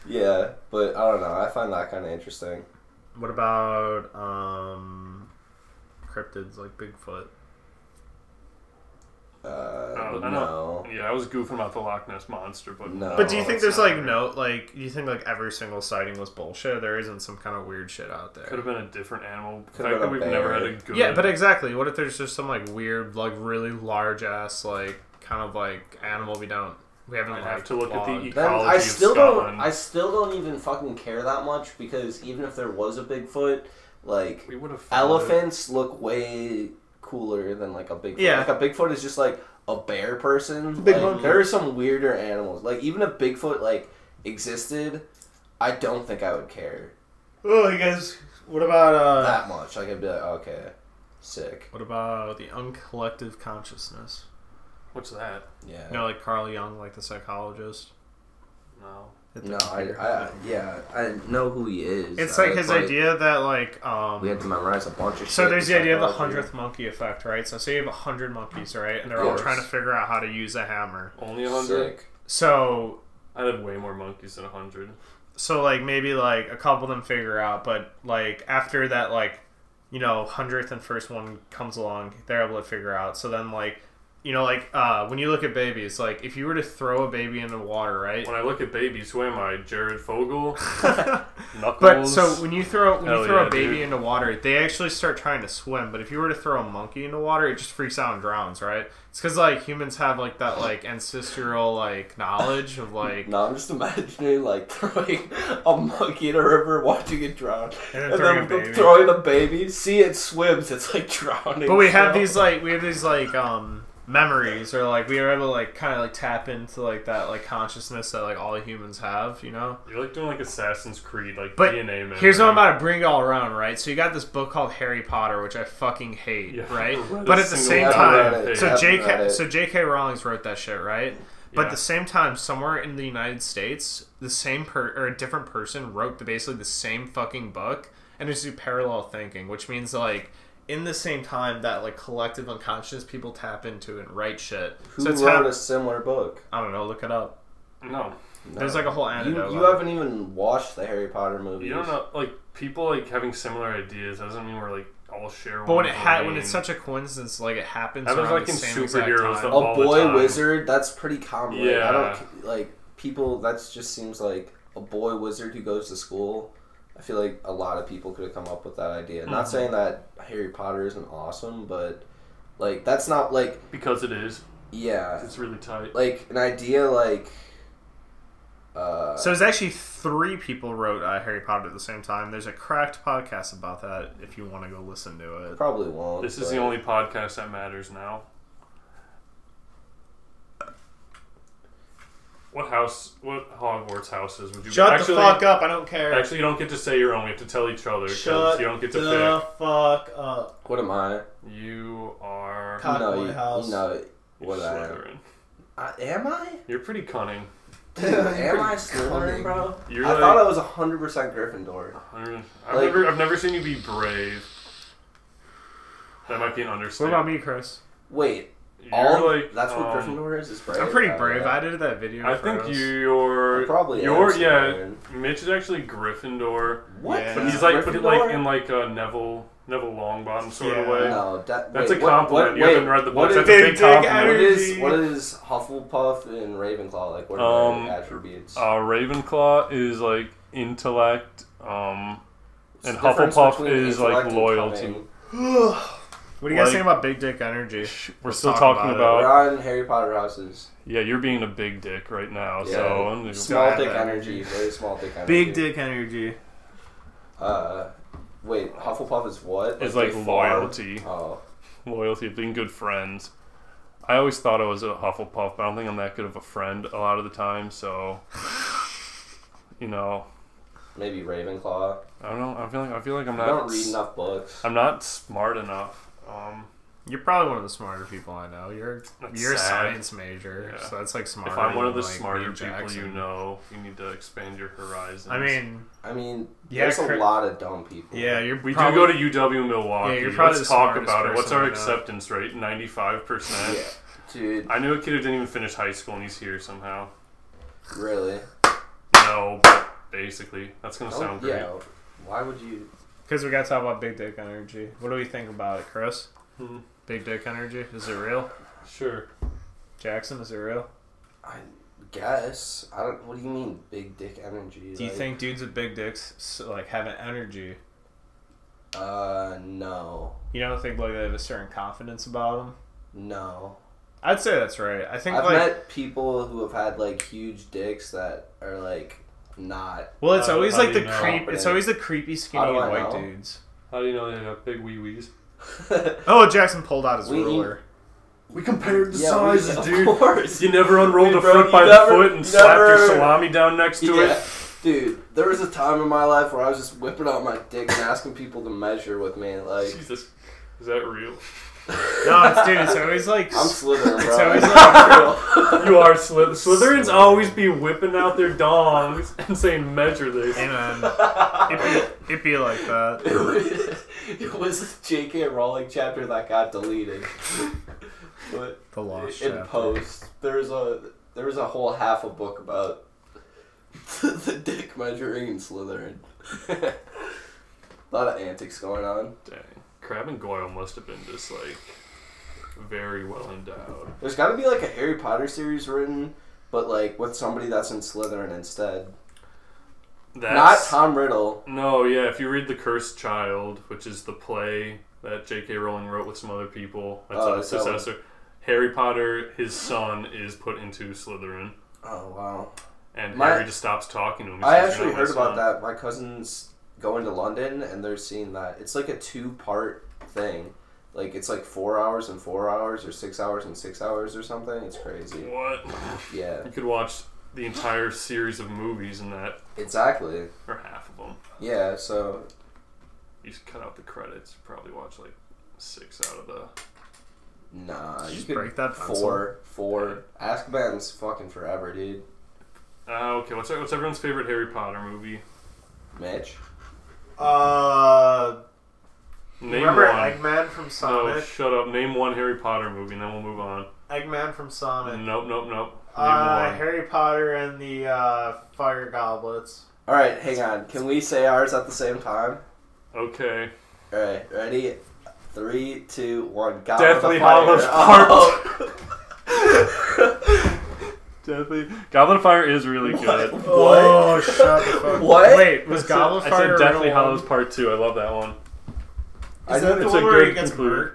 Speaker 3: yeah but I don't know I find that kind of interesting
Speaker 1: What about um cryptids like Bigfoot?
Speaker 3: uh,
Speaker 2: Oh, I don't
Speaker 3: no
Speaker 2: know. Yeah, I was goofing about the Loch Ness monster, but
Speaker 3: No.
Speaker 1: But do you
Speaker 3: Oh,
Speaker 1: think there's
Speaker 2: that's not
Speaker 1: like
Speaker 2: right.
Speaker 1: no like do you think like every single sighting was bullshit? There isn't some kind of weird shit out
Speaker 2: could
Speaker 1: there.
Speaker 2: have been a different animal? The
Speaker 3: Could've been
Speaker 2: fact that
Speaker 3: a
Speaker 2: we've never had
Speaker 3: bear.
Speaker 2: a good
Speaker 1: Yeah, but exactly. What if there's just some like weird, like really large ass, like kind of like animal we don't we haven't
Speaker 2: I'd
Speaker 1: like,
Speaker 2: have to look at
Speaker 1: logged?
Speaker 2: the e-
Speaker 3: Then
Speaker 2: ecology
Speaker 3: I still
Speaker 2: of Scotland.
Speaker 3: don't. I still don't even fucking care that much because even if there was a Bigfoot, like
Speaker 2: we would have found it.
Speaker 3: elephants look way cooler than like a Bigfoot.
Speaker 1: Yeah.
Speaker 3: like a Bigfoot is just like a bear person.
Speaker 1: Big
Speaker 3: like,
Speaker 1: monkey.
Speaker 3: There are some weirder animals. Like even if Bigfoot like existed, I don't think I would care
Speaker 1: Oh, you guys. What about uh?
Speaker 3: that much. Like I'd be like, okay, sick.
Speaker 1: What about the uncollective consciousness?
Speaker 2: What's that?
Speaker 3: Yeah.
Speaker 1: You know, like Carl Jung, like the psychologist.
Speaker 2: No.
Speaker 3: No, I, I, yeah, I know who he is.
Speaker 1: It's
Speaker 3: I,
Speaker 1: like his
Speaker 3: but
Speaker 1: idea that like
Speaker 3: We had
Speaker 1: um.
Speaker 3: to memorize a bunch of.
Speaker 1: So
Speaker 3: shit
Speaker 1: there's
Speaker 3: in
Speaker 1: the idea of the
Speaker 3: psychology.
Speaker 1: hundredth monkey effect, right? So say you have a hundred monkeys, right, and they're
Speaker 3: Of
Speaker 1: all
Speaker 3: course.
Speaker 1: trying to figure out how to use a hammer.
Speaker 2: Only a hundred.
Speaker 3: Sick.
Speaker 1: So
Speaker 2: I'd have way more monkeys than a hundred.
Speaker 1: so like maybe like a couple of them figure out but like after that like you know hundredth and first one comes along they're able to figure out so then like you know, like uh, when you look at babies, like if you were to throw a baby in the water, right?
Speaker 2: When I look at babies, who am I? Jared Fogle? Knuckles?
Speaker 1: But so when you throw when
Speaker 2: Hell
Speaker 1: you throw
Speaker 2: yeah,
Speaker 1: a baby
Speaker 2: dude.
Speaker 1: into water, they actually start trying to swim. But if you were to throw a monkey into water, it just freaks out and drowns, right? It's because like humans have like that like ancestral like knowledge of like
Speaker 3: No, I'm just imagining like throwing a monkey in a river, watching it drown,
Speaker 1: And then throwing a baby.
Speaker 3: throwing a baby. See, it swims. It's like drowning.
Speaker 1: But we have
Speaker 3: so-
Speaker 1: these like we have these like um memories or like we are able to like kind of like tap into like that like consciousness that like all humans have, you know.
Speaker 2: You're like doing like Assassin's Creed, like
Speaker 1: But
Speaker 2: DNA man.
Speaker 1: Here's what I'm about to bring all around, right? So you got this book called Harry Potter, which I fucking hate,
Speaker 2: Yeah,
Speaker 1: right?
Speaker 2: I've read
Speaker 1: But
Speaker 2: a
Speaker 1: at the
Speaker 2: single
Speaker 1: same
Speaker 2: one.
Speaker 1: time,
Speaker 2: I've read it.
Speaker 1: so
Speaker 3: I've read
Speaker 1: J.K.
Speaker 3: it.
Speaker 1: so J.K. Rowling's wrote that shit, right? But
Speaker 2: Yeah.
Speaker 1: at the same time, somewhere in the United States, the same per or a different person wrote the, basically the same fucking book, and it's do parallel thinking, which means like in the same time that like collective unconscious people tap into and write shit.
Speaker 3: Who
Speaker 1: so it's
Speaker 3: wrote
Speaker 1: kind
Speaker 3: a
Speaker 1: of,
Speaker 3: similar book?
Speaker 1: I don't know, look it up.
Speaker 2: No,
Speaker 3: No.
Speaker 1: There's like a whole
Speaker 3: you,
Speaker 1: anecdote.
Speaker 3: you haven't even watched the Harry Potter movies.
Speaker 2: you don't know. Like people like having similar ideas doesn't mean we're like all share.
Speaker 1: But when
Speaker 2: one
Speaker 1: it ha- when
Speaker 2: brain.
Speaker 1: it's such a coincidence, like it happens
Speaker 2: That was
Speaker 1: around
Speaker 2: like
Speaker 1: the
Speaker 2: in
Speaker 1: same exact
Speaker 2: superheroes,
Speaker 1: time.
Speaker 2: though.
Speaker 3: A
Speaker 2: all the
Speaker 3: boy
Speaker 2: time.
Speaker 3: wizard. That's pretty common. Like, I don't
Speaker 2: Yeah.
Speaker 3: like people. That's just seems like a boy wizard who goes to school. I feel like a lot of people could have come up with that idea.
Speaker 1: Mm-hmm.
Speaker 3: Not saying that Harry Potter isn't awesome, but like that's not like
Speaker 2: because it is.
Speaker 3: yeah,
Speaker 2: It's really tight.
Speaker 3: like an idea like. Uh,
Speaker 1: So there's actually three people wrote uh, Harry Potter at the same time. There's a cracked podcast about that if you want to go listen to it.
Speaker 3: probably won't.
Speaker 2: This is
Speaker 3: but-
Speaker 2: the only podcast that matters now. What house? What Hogwarts houses would you?
Speaker 1: Shut
Speaker 2: actually,
Speaker 1: the fuck up! I don't care.
Speaker 2: Actually, you don't get to say your own. We have to tell each other. 'cause
Speaker 1: Shut
Speaker 2: you don't get to
Speaker 1: the fuck up.
Speaker 3: What am I?
Speaker 2: pick. You are.
Speaker 1: Cock
Speaker 3: no,
Speaker 1: boy
Speaker 3: you,
Speaker 1: house.
Speaker 3: you know
Speaker 2: you're
Speaker 3: what I am.
Speaker 2: Slytherin.
Speaker 3: I, am I?
Speaker 2: You're pretty cunning.
Speaker 3: Dude, am I Slytherin,
Speaker 4: cunning.
Speaker 3: bro?
Speaker 2: You're
Speaker 3: I
Speaker 2: like,
Speaker 3: thought I was 100% Gryffindor.
Speaker 2: I've
Speaker 3: like-
Speaker 2: never, I've never seen you be brave. That might be an
Speaker 1: What
Speaker 2: understatement.
Speaker 1: about me, Chris?
Speaker 3: Wait,
Speaker 2: You're
Speaker 3: all
Speaker 2: like,
Speaker 3: that's what
Speaker 2: um,
Speaker 3: Gryffindor is? Is brave?
Speaker 1: I'm pretty
Speaker 3: Uh,
Speaker 1: brave.
Speaker 3: yeah.
Speaker 1: I did that video.
Speaker 2: I
Speaker 1: for
Speaker 2: think
Speaker 1: us.
Speaker 2: you're
Speaker 3: I probably am
Speaker 2: you're yeah.
Speaker 3: Slytherin.
Speaker 2: Mitch is actually Gryffindor,
Speaker 3: What?
Speaker 1: Yeah.
Speaker 2: but
Speaker 1: He's
Speaker 2: he's like but
Speaker 3: Gryffindor?
Speaker 2: like in like a Neville Neville Longbottom sort of
Speaker 1: Yeah.
Speaker 2: way.
Speaker 3: No, that,
Speaker 2: That's
Speaker 3: wait,
Speaker 2: a
Speaker 3: what-
Speaker 2: compliment.
Speaker 3: What,
Speaker 2: you
Speaker 3: wait,
Speaker 2: haven't read the
Speaker 3: what
Speaker 2: books. That's
Speaker 3: is-
Speaker 2: a
Speaker 1: Big
Speaker 2: big
Speaker 1: dick
Speaker 2: compliment.
Speaker 3: What is
Speaker 1: energy.
Speaker 3: what is Hufflepuff and Ravenclaw like? What are
Speaker 2: Um,
Speaker 3: their attributes?
Speaker 2: Uh, Ravenclaw is like intellect, um,
Speaker 3: What's
Speaker 2: and
Speaker 3: the difference
Speaker 2: Hufflepuff
Speaker 3: between
Speaker 2: is like
Speaker 3: intellect and
Speaker 2: loyalty.
Speaker 3: cunning?
Speaker 1: What do you guys
Speaker 2: like-
Speaker 1: think about big dick energy?
Speaker 2: We're
Speaker 1: Let's
Speaker 2: still
Speaker 1: talk
Speaker 2: talking
Speaker 1: about it.
Speaker 2: about,
Speaker 3: We're on Harry Potter houses.
Speaker 2: yeah. You're being a big dick right
Speaker 3: Yeah.
Speaker 2: now, so I'm just-
Speaker 3: Small
Speaker 1: add
Speaker 3: dick
Speaker 1: that.
Speaker 3: energy, very small dick energy.
Speaker 1: Big dick energy.
Speaker 3: Uh, wait, Hufflepuff is what?
Speaker 2: It's like
Speaker 3: they farm?
Speaker 2: loyalty,
Speaker 3: Oh,
Speaker 2: loyalty, of being good friends. I always thought I was a Hufflepuff, but I don't think I'm that good of a friend a lot of the time. So, you know,
Speaker 3: maybe Ravenclaw.
Speaker 2: I don't know. I feel like I feel like I'm
Speaker 3: I
Speaker 2: not.
Speaker 3: don't read enough books.
Speaker 2: I'm not smart enough. Um,
Speaker 1: You're probably one of the smarter people I know. You're
Speaker 2: That's
Speaker 1: you're
Speaker 2: sad.
Speaker 1: a science major,
Speaker 2: Yeah.
Speaker 1: so that's like smarter.
Speaker 2: if I'm one of
Speaker 1: than,
Speaker 2: the
Speaker 1: like,
Speaker 2: smarter
Speaker 1: Peter
Speaker 2: people you
Speaker 1: Jackson.
Speaker 2: know, you need to expand your horizons.
Speaker 1: I mean,
Speaker 3: I mean,
Speaker 1: Yeah,
Speaker 3: there's
Speaker 1: cur-
Speaker 3: a lot of dumb people.
Speaker 1: yeah, you're
Speaker 2: we
Speaker 1: probably,
Speaker 2: do go to UW Milwaukee.
Speaker 1: Yeah, you're probably
Speaker 2: Let's
Speaker 1: the
Speaker 2: talk
Speaker 1: smartest
Speaker 2: about it. What's
Speaker 1: person I
Speaker 2: our
Speaker 1: know.
Speaker 2: acceptance rate? Ninety-five
Speaker 3: Yeah,
Speaker 2: percent.
Speaker 3: dude,
Speaker 2: I knew a kid who didn't even finish high school, and he's here somehow.
Speaker 3: really?
Speaker 2: No, but basically, that's gonna
Speaker 3: I
Speaker 2: sound
Speaker 3: would-
Speaker 2: great.
Speaker 3: Oh, yeah. Why would you?
Speaker 1: Because we got to talk about big dick energy. What do we think about it, Chris?
Speaker 2: Hmm.
Speaker 1: Big dick energy. Is it real?
Speaker 2: Sure.
Speaker 1: Jackson, is it real?
Speaker 3: I guess I don't. What do you mean, big dick energy?
Speaker 1: Do you
Speaker 3: Like,
Speaker 1: think dudes with big dicks s- like have an energy?
Speaker 3: Uh, no,
Speaker 1: You don't think like they have a certain confidence about them?
Speaker 3: no.
Speaker 1: I'd say that's right. I think
Speaker 3: I've
Speaker 1: like
Speaker 3: met people who have had like huge dicks that are like not.
Speaker 1: well, it's
Speaker 2: Uh,
Speaker 1: always
Speaker 2: how
Speaker 1: like
Speaker 2: do
Speaker 1: the
Speaker 2: you know?
Speaker 1: creep. It's always the creepy
Speaker 3: How
Speaker 1: skinny
Speaker 3: do I
Speaker 1: white
Speaker 3: know?
Speaker 1: dudes.
Speaker 2: How do you know they have big wee wees?
Speaker 1: Oh, Jackson pulled out his
Speaker 3: We-
Speaker 1: ruler.
Speaker 2: We compared the
Speaker 3: Yeah, we-
Speaker 2: sizes,
Speaker 3: of
Speaker 2: dude.
Speaker 3: course.
Speaker 2: You never unrolled
Speaker 3: Dude,
Speaker 2: a
Speaker 3: bro,
Speaker 2: fruit
Speaker 3: you
Speaker 2: by
Speaker 3: never-
Speaker 2: the foot
Speaker 3: you
Speaker 2: and slapped
Speaker 3: never-
Speaker 2: your salami down next to
Speaker 3: yeah.
Speaker 2: it.
Speaker 3: Dude, there was a time in my life where I was just whipping out my dick and asking people to measure with me. Like,
Speaker 2: Jesus, is that real?
Speaker 1: No, it's dude. It's always like
Speaker 3: I'm Slytherin, bro.
Speaker 1: It's always
Speaker 2: You are Slyth- Slytherins always be whipping out their dongs and saying, "Measure this."
Speaker 1: amen. It'd be, it'd be like that.
Speaker 3: it was- it was a J.K. Rowling chapter that got deleted. but
Speaker 1: The lost
Speaker 3: in
Speaker 1: chapter.
Speaker 3: post, there's a there was a whole half a book about the dick measuring in Slytherin. a lot of antics going on.
Speaker 2: Dang, Crab and Goyle must have been just like very well endowed.
Speaker 3: There's got to be like a Harry Potter series written, but like with somebody that's in Slytherin instead.
Speaker 2: That's,
Speaker 3: Not Tom Riddle.
Speaker 2: No, yeah. If you read The Cursed Child, which is the play that J.K. Rowling wrote with some other people, that's
Speaker 3: Oh,
Speaker 2: a
Speaker 3: it's that one.
Speaker 2: successor. Harry Potter, his son, is put into Slytherin,
Speaker 3: Oh wow!
Speaker 2: and
Speaker 3: My-
Speaker 2: Harry just stops talking to him. He
Speaker 3: I
Speaker 2: says, "You're
Speaker 3: actually
Speaker 2: not my
Speaker 3: heard about
Speaker 2: son."
Speaker 3: that. My cousins going to London and they're seeing that. It's like a two-part thing. Like it's like four hours and four hours, or six hours and six hours, or something. It's crazy.
Speaker 2: What?
Speaker 3: Yeah,
Speaker 2: You could watch the entire series of movies in that,
Speaker 3: exactly.
Speaker 2: or half of them.
Speaker 3: Yeah, so
Speaker 2: You just cut out the credits. You probably watch like six out of the.
Speaker 3: nah, you
Speaker 1: Just
Speaker 3: could
Speaker 1: break that pencil.
Speaker 3: four, four. Ask Ben's fucking forever, dude.
Speaker 2: Uh, okay, what's what's everyone's favorite Harry Potter movie?
Speaker 3: Mitch,
Speaker 1: Uh,
Speaker 2: Name
Speaker 1: remember
Speaker 2: one.
Speaker 1: Eggman from
Speaker 2: No,
Speaker 1: Sonic?
Speaker 2: shut up. Name one Harry Potter movie, and then we'll move on.
Speaker 1: Eggman from Sonic.
Speaker 2: Nope, nope, nope. Name
Speaker 1: Uh,
Speaker 2: one.
Speaker 1: Harry Potter and the uh, Fire Goblets.
Speaker 3: All right, hang on. Can we say ours at the same time?
Speaker 2: okay.
Speaker 3: All right, ready? Three, two, one. God
Speaker 2: Deathly Hallows
Speaker 3: Oh.
Speaker 2: Deadly. Goblin of Fire is really good.
Speaker 3: What?
Speaker 1: Oh, shut the fuck
Speaker 3: What?
Speaker 1: Wait, was
Speaker 2: I said-
Speaker 1: Goblin of
Speaker 2: I
Speaker 1: Fire
Speaker 2: said Deathly
Speaker 1: real?
Speaker 2: Hollows Part 2. I love that one.
Speaker 3: I
Speaker 1: Is that
Speaker 3: know
Speaker 1: the
Speaker 2: it's
Speaker 1: one
Speaker 2: a
Speaker 1: where he
Speaker 2: good
Speaker 1: gets
Speaker 2: conclusion.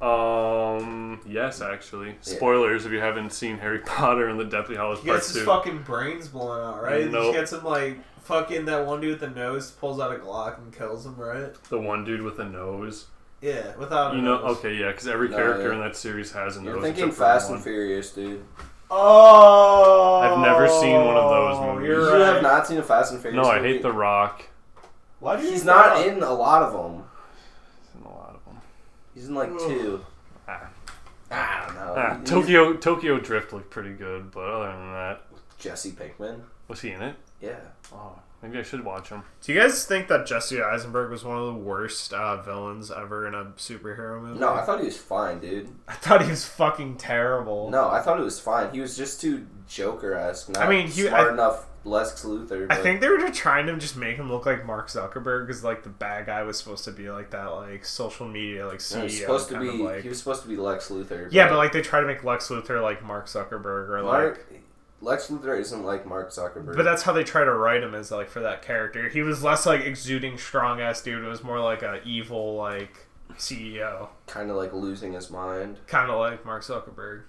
Speaker 1: murked?
Speaker 2: Um, yes, actually. Spoilers if you haven't seen Harry Potter and the Deathly Hollows
Speaker 1: He
Speaker 2: Part
Speaker 1: gets his
Speaker 2: 2.
Speaker 1: fucking brains blown out, right?
Speaker 2: Nope.
Speaker 1: He gets him like fucking that one dude with the nose pulls out a Glock and kills him, right?
Speaker 2: the one dude with the nose.
Speaker 1: Yeah, without a
Speaker 2: You know,
Speaker 1: nose.
Speaker 2: okay, yeah, because every
Speaker 3: No,
Speaker 2: character
Speaker 3: yeah.
Speaker 2: in that series has a nose.
Speaker 3: You're thinking
Speaker 2: except for
Speaker 3: Fast
Speaker 2: one.
Speaker 3: and Furious, dude.
Speaker 1: Oh,
Speaker 2: I've never seen one of those movies.
Speaker 1: You're
Speaker 3: You
Speaker 1: right.
Speaker 3: have not seen a Fast and Furious.
Speaker 2: No, I
Speaker 3: movie?
Speaker 2: hate The Rock.
Speaker 1: Why do you
Speaker 3: He's
Speaker 1: know?
Speaker 3: not in a lot of them.
Speaker 2: It's in a lot of them.
Speaker 3: He's in like two.
Speaker 2: Ah.
Speaker 3: I don't know.
Speaker 2: Ah,
Speaker 3: He-
Speaker 2: Tokyo Tokyo Drift looked pretty good, but other than that,
Speaker 3: Jesse Pinkman.
Speaker 2: was he in it?
Speaker 3: Yeah.
Speaker 2: Oh, maybe I should watch him.
Speaker 1: Do you guys think that Jesse Eisenberg was one of the worst uh, villains ever in a superhero movie?
Speaker 3: No, I thought he was fine, dude.
Speaker 1: I thought he was fucking terrible.
Speaker 3: No, I thought he was fine. He was just too Joker-esque. Not
Speaker 1: I mean, he-
Speaker 3: smart
Speaker 1: I-
Speaker 3: enough Lex Luthor.
Speaker 1: I
Speaker 3: but-
Speaker 1: think they were just trying to just make him look like Mark Zuckerberg, because like the bad guy was supposed to be like that, like social media,
Speaker 3: No,
Speaker 1: like CEO.
Speaker 3: he was supposed to
Speaker 1: kind
Speaker 3: be.
Speaker 1: of, like-
Speaker 3: He was supposed to be Lex Luthor.
Speaker 1: yeah, but like they try to make Lex Luthor like Mark Zuckerberg or like.
Speaker 3: Mark Lex Luthor isn't like Mark Zuckerberg.
Speaker 1: But that's how they try to write him as like for that character. He was less like exuding strong ass dude. It was more like a evil like CEO,
Speaker 3: kind of like losing his mind.
Speaker 1: kind of like Mark Zuckerberg.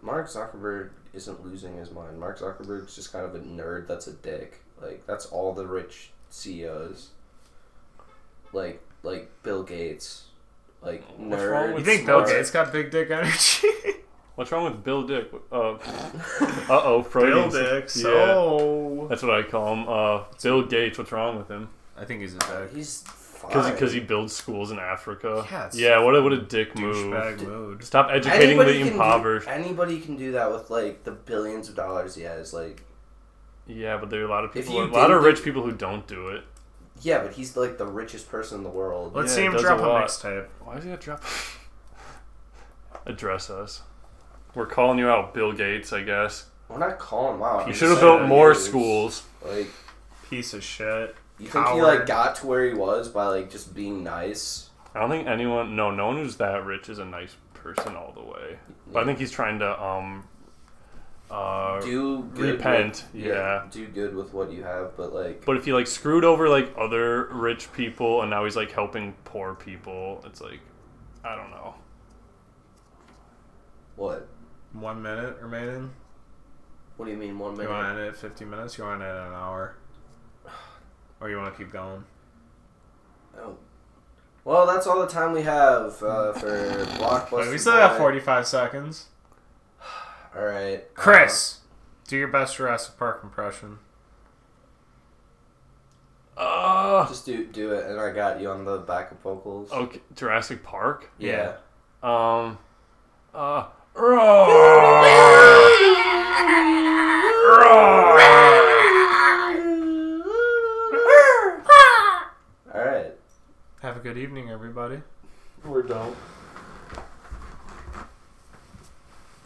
Speaker 3: Mark Zuckerberg isn't losing his mind. Mark Zuckerberg's just kind of a nerd that's a dick. Like that's all the rich CEOs. Like like Bill Gates. Like
Speaker 2: What's wrong
Speaker 3: nerd.
Speaker 1: You
Speaker 2: with
Speaker 1: think Bill
Speaker 2: Smart.
Speaker 1: Gates got big dick energy?
Speaker 2: What's wrong with Bill Dick? Uh oh,
Speaker 1: Bill
Speaker 2: Freudian.
Speaker 1: Dick.
Speaker 2: Yeah,
Speaker 1: So
Speaker 2: that's what I call him. Uh, Bill Gates. What's wrong with him?
Speaker 1: I think he's a dick.
Speaker 3: Uh, He's fine.
Speaker 2: Because he builds schools in Africa.
Speaker 1: Yeah, it's
Speaker 2: yeah. What a what a dick move.
Speaker 1: douchebag mood.
Speaker 2: Stop educating the
Speaker 3: can do-
Speaker 2: impoverished.
Speaker 3: anybody can do that with like the billions of dollars he has. Like
Speaker 2: Yeah, but there are a lot of
Speaker 3: If
Speaker 2: people,
Speaker 3: you
Speaker 2: a lot of
Speaker 3: didn't-
Speaker 2: rich people who don't do it.
Speaker 3: yeah, but he's like the richest person in the world.
Speaker 1: Let's
Speaker 2: Yeah,
Speaker 1: see
Speaker 2: it
Speaker 1: him
Speaker 2: does
Speaker 1: drop
Speaker 2: a
Speaker 1: a,
Speaker 2: lot.
Speaker 1: mixtape.
Speaker 2: Why is he got drop? Address us. We're calling you out, Bill Gates. I guess
Speaker 3: We're not calling him out.
Speaker 2: you
Speaker 3: I'm
Speaker 2: should have
Speaker 3: just saying
Speaker 2: built more
Speaker 3: he is,
Speaker 2: schools.
Speaker 3: Like
Speaker 1: Piece of shit.
Speaker 3: you think he like
Speaker 1: Coward.
Speaker 3: got to where he was by like just being nice.
Speaker 2: I don't think anyone, no, no one who's that rich is a nice person all the way. But I think he's trying to um, uh,
Speaker 3: do good
Speaker 2: repent,
Speaker 3: with-
Speaker 2: yeah.
Speaker 3: do good with what you have but like
Speaker 2: But if he like screwed over like other rich people and now he's like helping poor people, it's like I don't know.
Speaker 3: what
Speaker 1: One minute remaining.
Speaker 3: what do you mean one
Speaker 1: You
Speaker 3: minute
Speaker 1: want to end it at 50 minutes? You want to end it at an hour? Or you want to keep going?
Speaker 3: oh. well that's all the time we have uh, for blockbuster
Speaker 1: Wait, we still got
Speaker 3: Boy.
Speaker 1: 45 seconds.
Speaker 3: all right
Speaker 1: Chris, Uh, do your best Jurassic Park impression.
Speaker 2: Uh,
Speaker 3: just do do it and i got you on the backup vocals
Speaker 1: Oh,
Speaker 2: okay, Oh, Jurassic Park.
Speaker 3: yeah
Speaker 2: Um, uh, roar.
Speaker 3: all right
Speaker 1: Have a good evening, everybody.
Speaker 2: We're done.